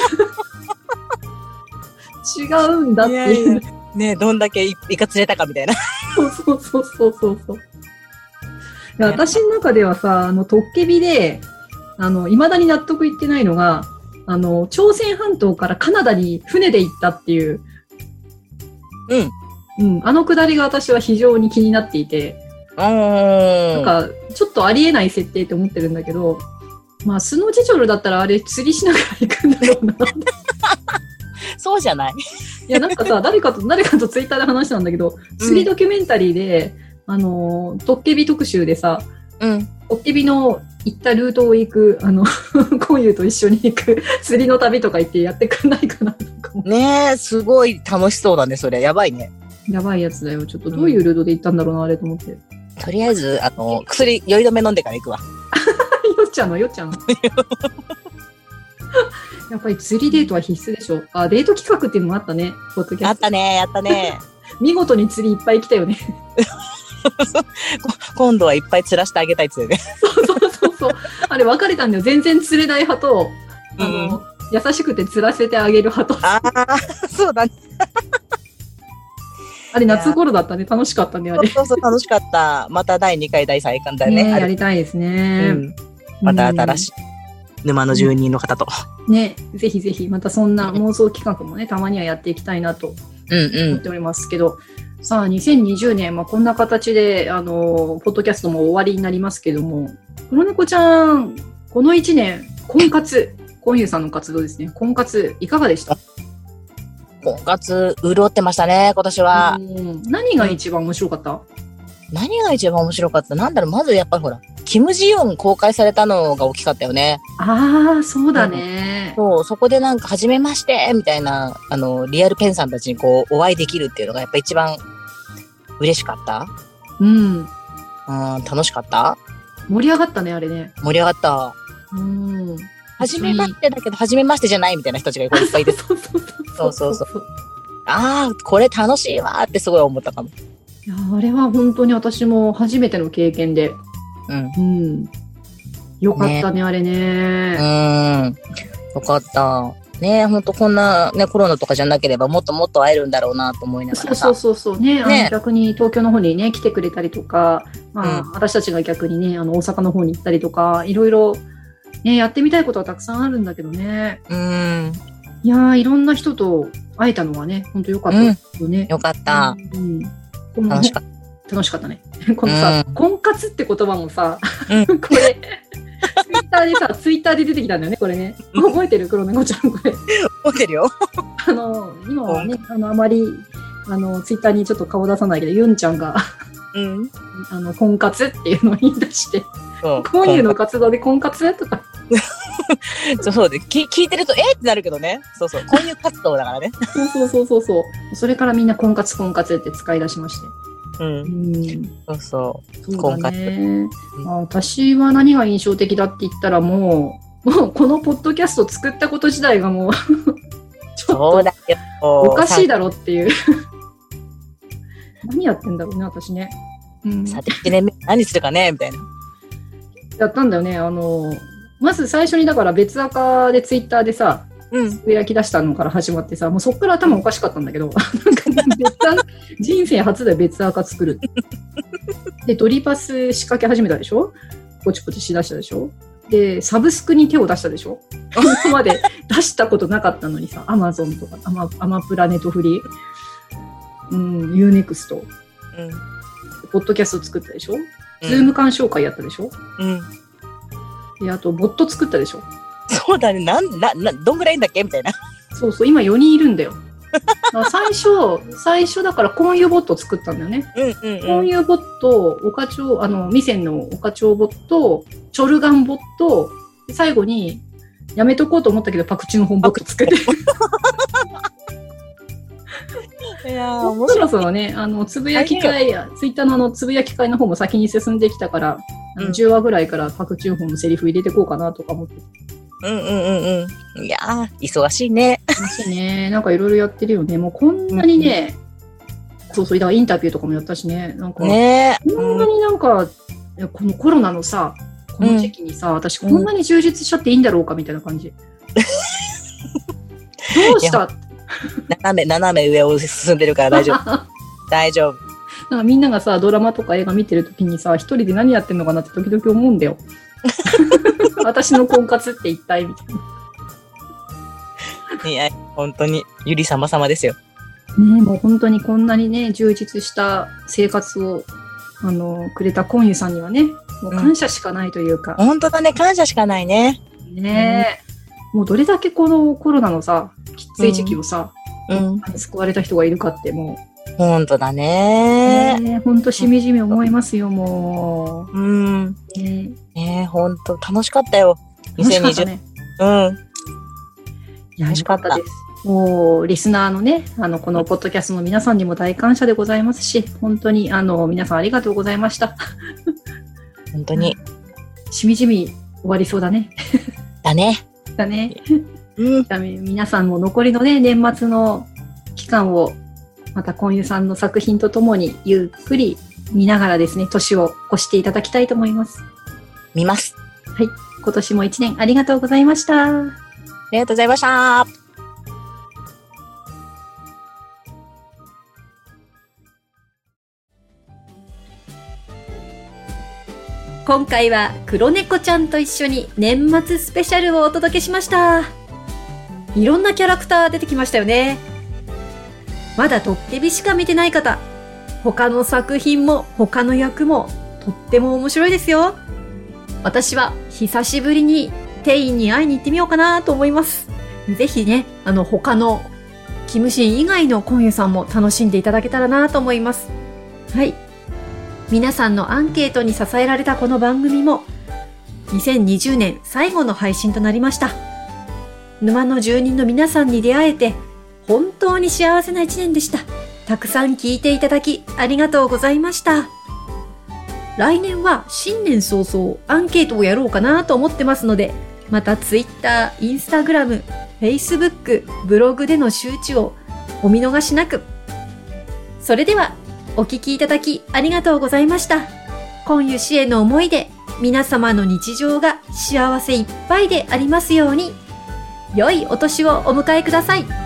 Speaker 2: 違うんだっていう。
Speaker 3: ねえどんだけいいか釣れたかみたいな。
Speaker 2: そうそうそうそうそうそう。いや私の中ではさ、あの、トッケビで、あの、未だに納得いってないのが、あの、朝鮮半島からカナダに船で行ったっていう、
Speaker 3: うん。
Speaker 2: うん、あのくだりが私は非常に気になっていて、
Speaker 3: う
Speaker 2: なんか、ちょっとありえない設定って思ってるんだけど、まあ、スノージジョルだったらあれ釣りしながら行くんだろうな。
Speaker 3: そうじゃない。
Speaker 2: いや、なんかさ、誰かと、誰かとツイッターで話したんだけど、釣りドキュメンタリーで、あの、トッケビ特集でさ、
Speaker 3: うん。
Speaker 2: トッケビの行ったルートを行く、あの、 コンユと一緒に行く釣りの旅とか行ってやってくんないかなとか思
Speaker 3: ねえ、すごい楽しそうだね、それ。やばいね。
Speaker 2: うやばいやつだよ。ちょっとどういうルートで行ったんだろうな、あれと思って。よ
Speaker 3: とりあえず、あの、薬、酔い止め飲んでから行くわ。
Speaker 2: っちゃんの、よっちゃん の。やっぱり釣りデートは必須でしょ。あ、デート企画っていうのもあったね。ポッドキ
Speaker 3: や
Speaker 2: ャ
Speaker 3: っ
Speaker 2: スト。
Speaker 3: たね、やったね。
Speaker 2: 見事に釣りいっぱい来たよね。
Speaker 3: 今度はいっぱい釣らしてあげたいっつうね。
Speaker 2: そうそうそう。あれ別れたんだよ。全然釣れない派と、あの、優しくて釣らせてあげる派と。
Speaker 3: ああ、そうだね。
Speaker 2: あれ夏頃だったね。楽しかったね、あれ。
Speaker 3: そうそう、楽しかった。また第2回、第3回だね。
Speaker 2: ね
Speaker 3: あ
Speaker 2: や
Speaker 3: れ
Speaker 2: りたいですね。
Speaker 3: うんまた新しい。沼の住人の方と。
Speaker 2: い。ね、ぜひぜひ、またそんな妄想企画もね、たまにはやっていきたいなと
Speaker 3: うん
Speaker 2: 思っ。ておりますけど、さあ、2020年、まあ、こんな形で、あの、ポッドキャストも終わりになりますけども、黒猫ちゃん、この1年、婚活、婚友さんの活動ですね、婚活、いかがでした
Speaker 3: 婚活、潤ってましたね、今年は。
Speaker 2: うん何が一番面白かった、
Speaker 3: 何が一番面白かったなんだろう、まずやっぱりほら、キム・ジヨン公開されたのが大きかったよね。
Speaker 2: ああ、そうだね。
Speaker 3: そう、そこでなんか、初めましてみたいな、あの、リアルペンさんたちにこう、お会いできるっていうのがやっぱ一番嬉しかった。
Speaker 2: うん。
Speaker 3: うん、楽しかった
Speaker 2: 盛り上がったね、あれね。
Speaker 3: 盛り上がった。
Speaker 2: うん。
Speaker 3: はじめましてだけど、はじめましてじゃないみたいな人たちがこういっぱいいて、
Speaker 2: そうそうそう
Speaker 3: そうそう ああ、これ楽しいわーってすごい思ったかも。
Speaker 2: いやあれは本当に私も初めての経験で、
Speaker 3: うん。
Speaker 2: うん、よかったねあれ
Speaker 3: う
Speaker 2: ね。
Speaker 3: ーん。よかった。ねえ、ほんとこんなね、コロナとかじゃなければもっともっと会えるんだろうなと思いなが
Speaker 2: そう
Speaker 3: ら
Speaker 2: そう
Speaker 3: さ。
Speaker 2: そうそうねあの
Speaker 3: ね
Speaker 2: 逆に東京の方にね来てくれたりとか、まあ
Speaker 3: う
Speaker 2: 私たちが逆にねあの大阪の方に行ったりとかいろいろ、ね、やってみたいことはたくさんあるんだけどね
Speaker 3: うーん。
Speaker 2: いやーいろんな人と会えたのはね本当よかったですよね。
Speaker 3: よかった。
Speaker 2: うんこのね
Speaker 3: 楽しかっ
Speaker 2: 楽しかったね。 このさ、婚活って言葉もさ、
Speaker 3: う
Speaker 2: これ、ツイッターでさ、ツイッターで出てきたんだよね、これね。覚えてる黒猫ちゃん、これ。
Speaker 3: た。覚えてるよ。
Speaker 2: あの、今はね、あの、あまり、あの、ツイッターにちょっと顔出さないけど、ユンちゃんが、
Speaker 3: うん。
Speaker 2: あの、婚活っていうのを言い出して、
Speaker 3: そう
Speaker 2: こういうの活動で婚活とか、
Speaker 3: そうそうで聞聞いてると、えーってなるけどね。そうそう。こういう活動だからね。
Speaker 2: そうそうそうそうそう。それからみんな婚活婚活って使い出しまして。
Speaker 3: う。
Speaker 2: うんん。
Speaker 3: そうそ
Speaker 2: そうだね
Speaker 3: 婚。
Speaker 2: まあ私は何が印象的だって言ったらもう、もうこのポッドキャスト作ったこと自体がもう、 ち
Speaker 3: う。そ
Speaker 2: ょ
Speaker 3: う
Speaker 2: っと
Speaker 3: だよ。
Speaker 2: おかしい
Speaker 3: だ。
Speaker 2: だろっていう。 何やってんだろうね、私ね。うん、
Speaker 3: さて、1年目何するかねみたいな。
Speaker 2: やったんだよね。あの、まず最初にだから別赤でツイッターでさ、
Speaker 3: うん。
Speaker 2: 上焼き出したのから始まってさ、もうそっから頭おかしかったんだけど、 なんか別赤人生初だよ、別赤作る。で、ドリパス仕掛け始めたでしょポチポチしだしたでしょで、サブスクに手を出したでしょ今まで出したことなかったのにさ、アマゾンとか、アマアマプラネットフリー、うん、ユーネクスト、
Speaker 3: うん。
Speaker 2: ポッドキャスト作ったでしょ、
Speaker 3: うん
Speaker 2: ズーム鑑賞会やったでしょ
Speaker 3: うん。
Speaker 2: で、あと、ボット作ったでしょ
Speaker 3: そうだね。なん、な、な、どんぐらいいんだっけみたいな。
Speaker 2: そうそう、今4人いる んだよ。だから最初、最初だから、こういうボット作ったんだよね。
Speaker 3: うん
Speaker 2: こういうボット、オカチョウ、あの、ミセンのオカチョウボット、チョルガンボット、で最後に、やめとこうと思ったけど、パクチの本ボット作って、
Speaker 3: いやー、面
Speaker 2: そ
Speaker 3: 白
Speaker 2: ろ
Speaker 3: い。
Speaker 2: そろね、あの、つぶやき会や、ツイッターのあの、つぶやき会の方も先に進んできたから、あの
Speaker 3: うん
Speaker 2: 10話ぐらいからパクチュンホンのセリフ入れてこうかなとか思って
Speaker 3: うんうんうんうん。いやー、忙しいね。
Speaker 2: 楽しいね。なんかいろいろやってるよね。もうこんなにね、そうそう、だからインタビューとかもやったしね。なんか、
Speaker 3: ねえ。
Speaker 2: こんなになんか、いやこのコロナのさ、この時期にさ、私こんなに充実しちゃっていいんだろうかみたいな感じ。どうした
Speaker 3: 斜め、斜め上を進んでるから大 丈夫。
Speaker 2: な
Speaker 3: 大丈夫。
Speaker 2: んかみんながさ、ドラマとか映画見てるときにさ、一人で何やってんのかなって時々思うん だよ。私の婚活って一体みたい
Speaker 3: いや、本当に、ゆり様様ですよ。
Speaker 2: な。ねもう本当にこんなにね、充実した生活を、あの、くれたコンユさんにはね、もう感謝しかないというか。
Speaker 3: 本当だね、感謝しかないね。
Speaker 2: ねえ、もうどれだけこのコロナのさ、きつい時期をさ、
Speaker 3: うん。
Speaker 2: 救われた人がいるかっても
Speaker 3: 本当だ
Speaker 2: う、
Speaker 3: ね。
Speaker 2: ねえほんとしみじみ思いますよ、も
Speaker 3: うん。
Speaker 2: う。ね
Speaker 3: ね本当楽しかったよ。
Speaker 2: え楽しかった
Speaker 3: 2020。
Speaker 2: ね。
Speaker 3: うん。
Speaker 2: いや、
Speaker 3: 楽
Speaker 2: よ
Speaker 3: し
Speaker 2: か
Speaker 3: かっ
Speaker 2: ったたです。もう、リスナーのね、あの、このポッドキャストの皆さんにも大感謝でございますし、本当に、あの、皆さんありがとうございました。
Speaker 3: 本当に。
Speaker 2: しみじみ終わりそうだね。
Speaker 3: だね。
Speaker 2: だね。
Speaker 3: うん。
Speaker 2: ダメ皆さんも残りのね、年末の期間を、また今湯さんの作品とともにゆっくり見ながらですね、年を越していただきたいと思います。
Speaker 3: 見ます。
Speaker 2: 今年も一年ありがとうございました。
Speaker 3: ありがとうございました。
Speaker 1: 今回は黒猫ちゃんと一緒に年末スペシャルをお届けしました。いろんなキャラクター出てきましたよね。まだトッケビしか見てない方、他の作品も他の役もとっても面白いですよ。私は久しぶりにテインに会いに行ってみようかなと思います。ぜひね、あの他のキムシン以外のコンユさんも楽しんでいただけたらなと思います。はい。皆さんのアンケートに支えられたこの番組も2020年最後の配信となりました沼の住人の皆さんに出会えて本当に幸せな一年でしたたくさん聞いていただきありがとうございました来年は新年早々アンケートをやろうかなと思ってますのでまた Twitter、Instagram、Facebook、ブログでの周知をお見逃しなくそれではお聞きいただきありがとうございました。今湯氏への思いで皆様の日常が幸せいっぱいでありますように、良いお年をお迎えください。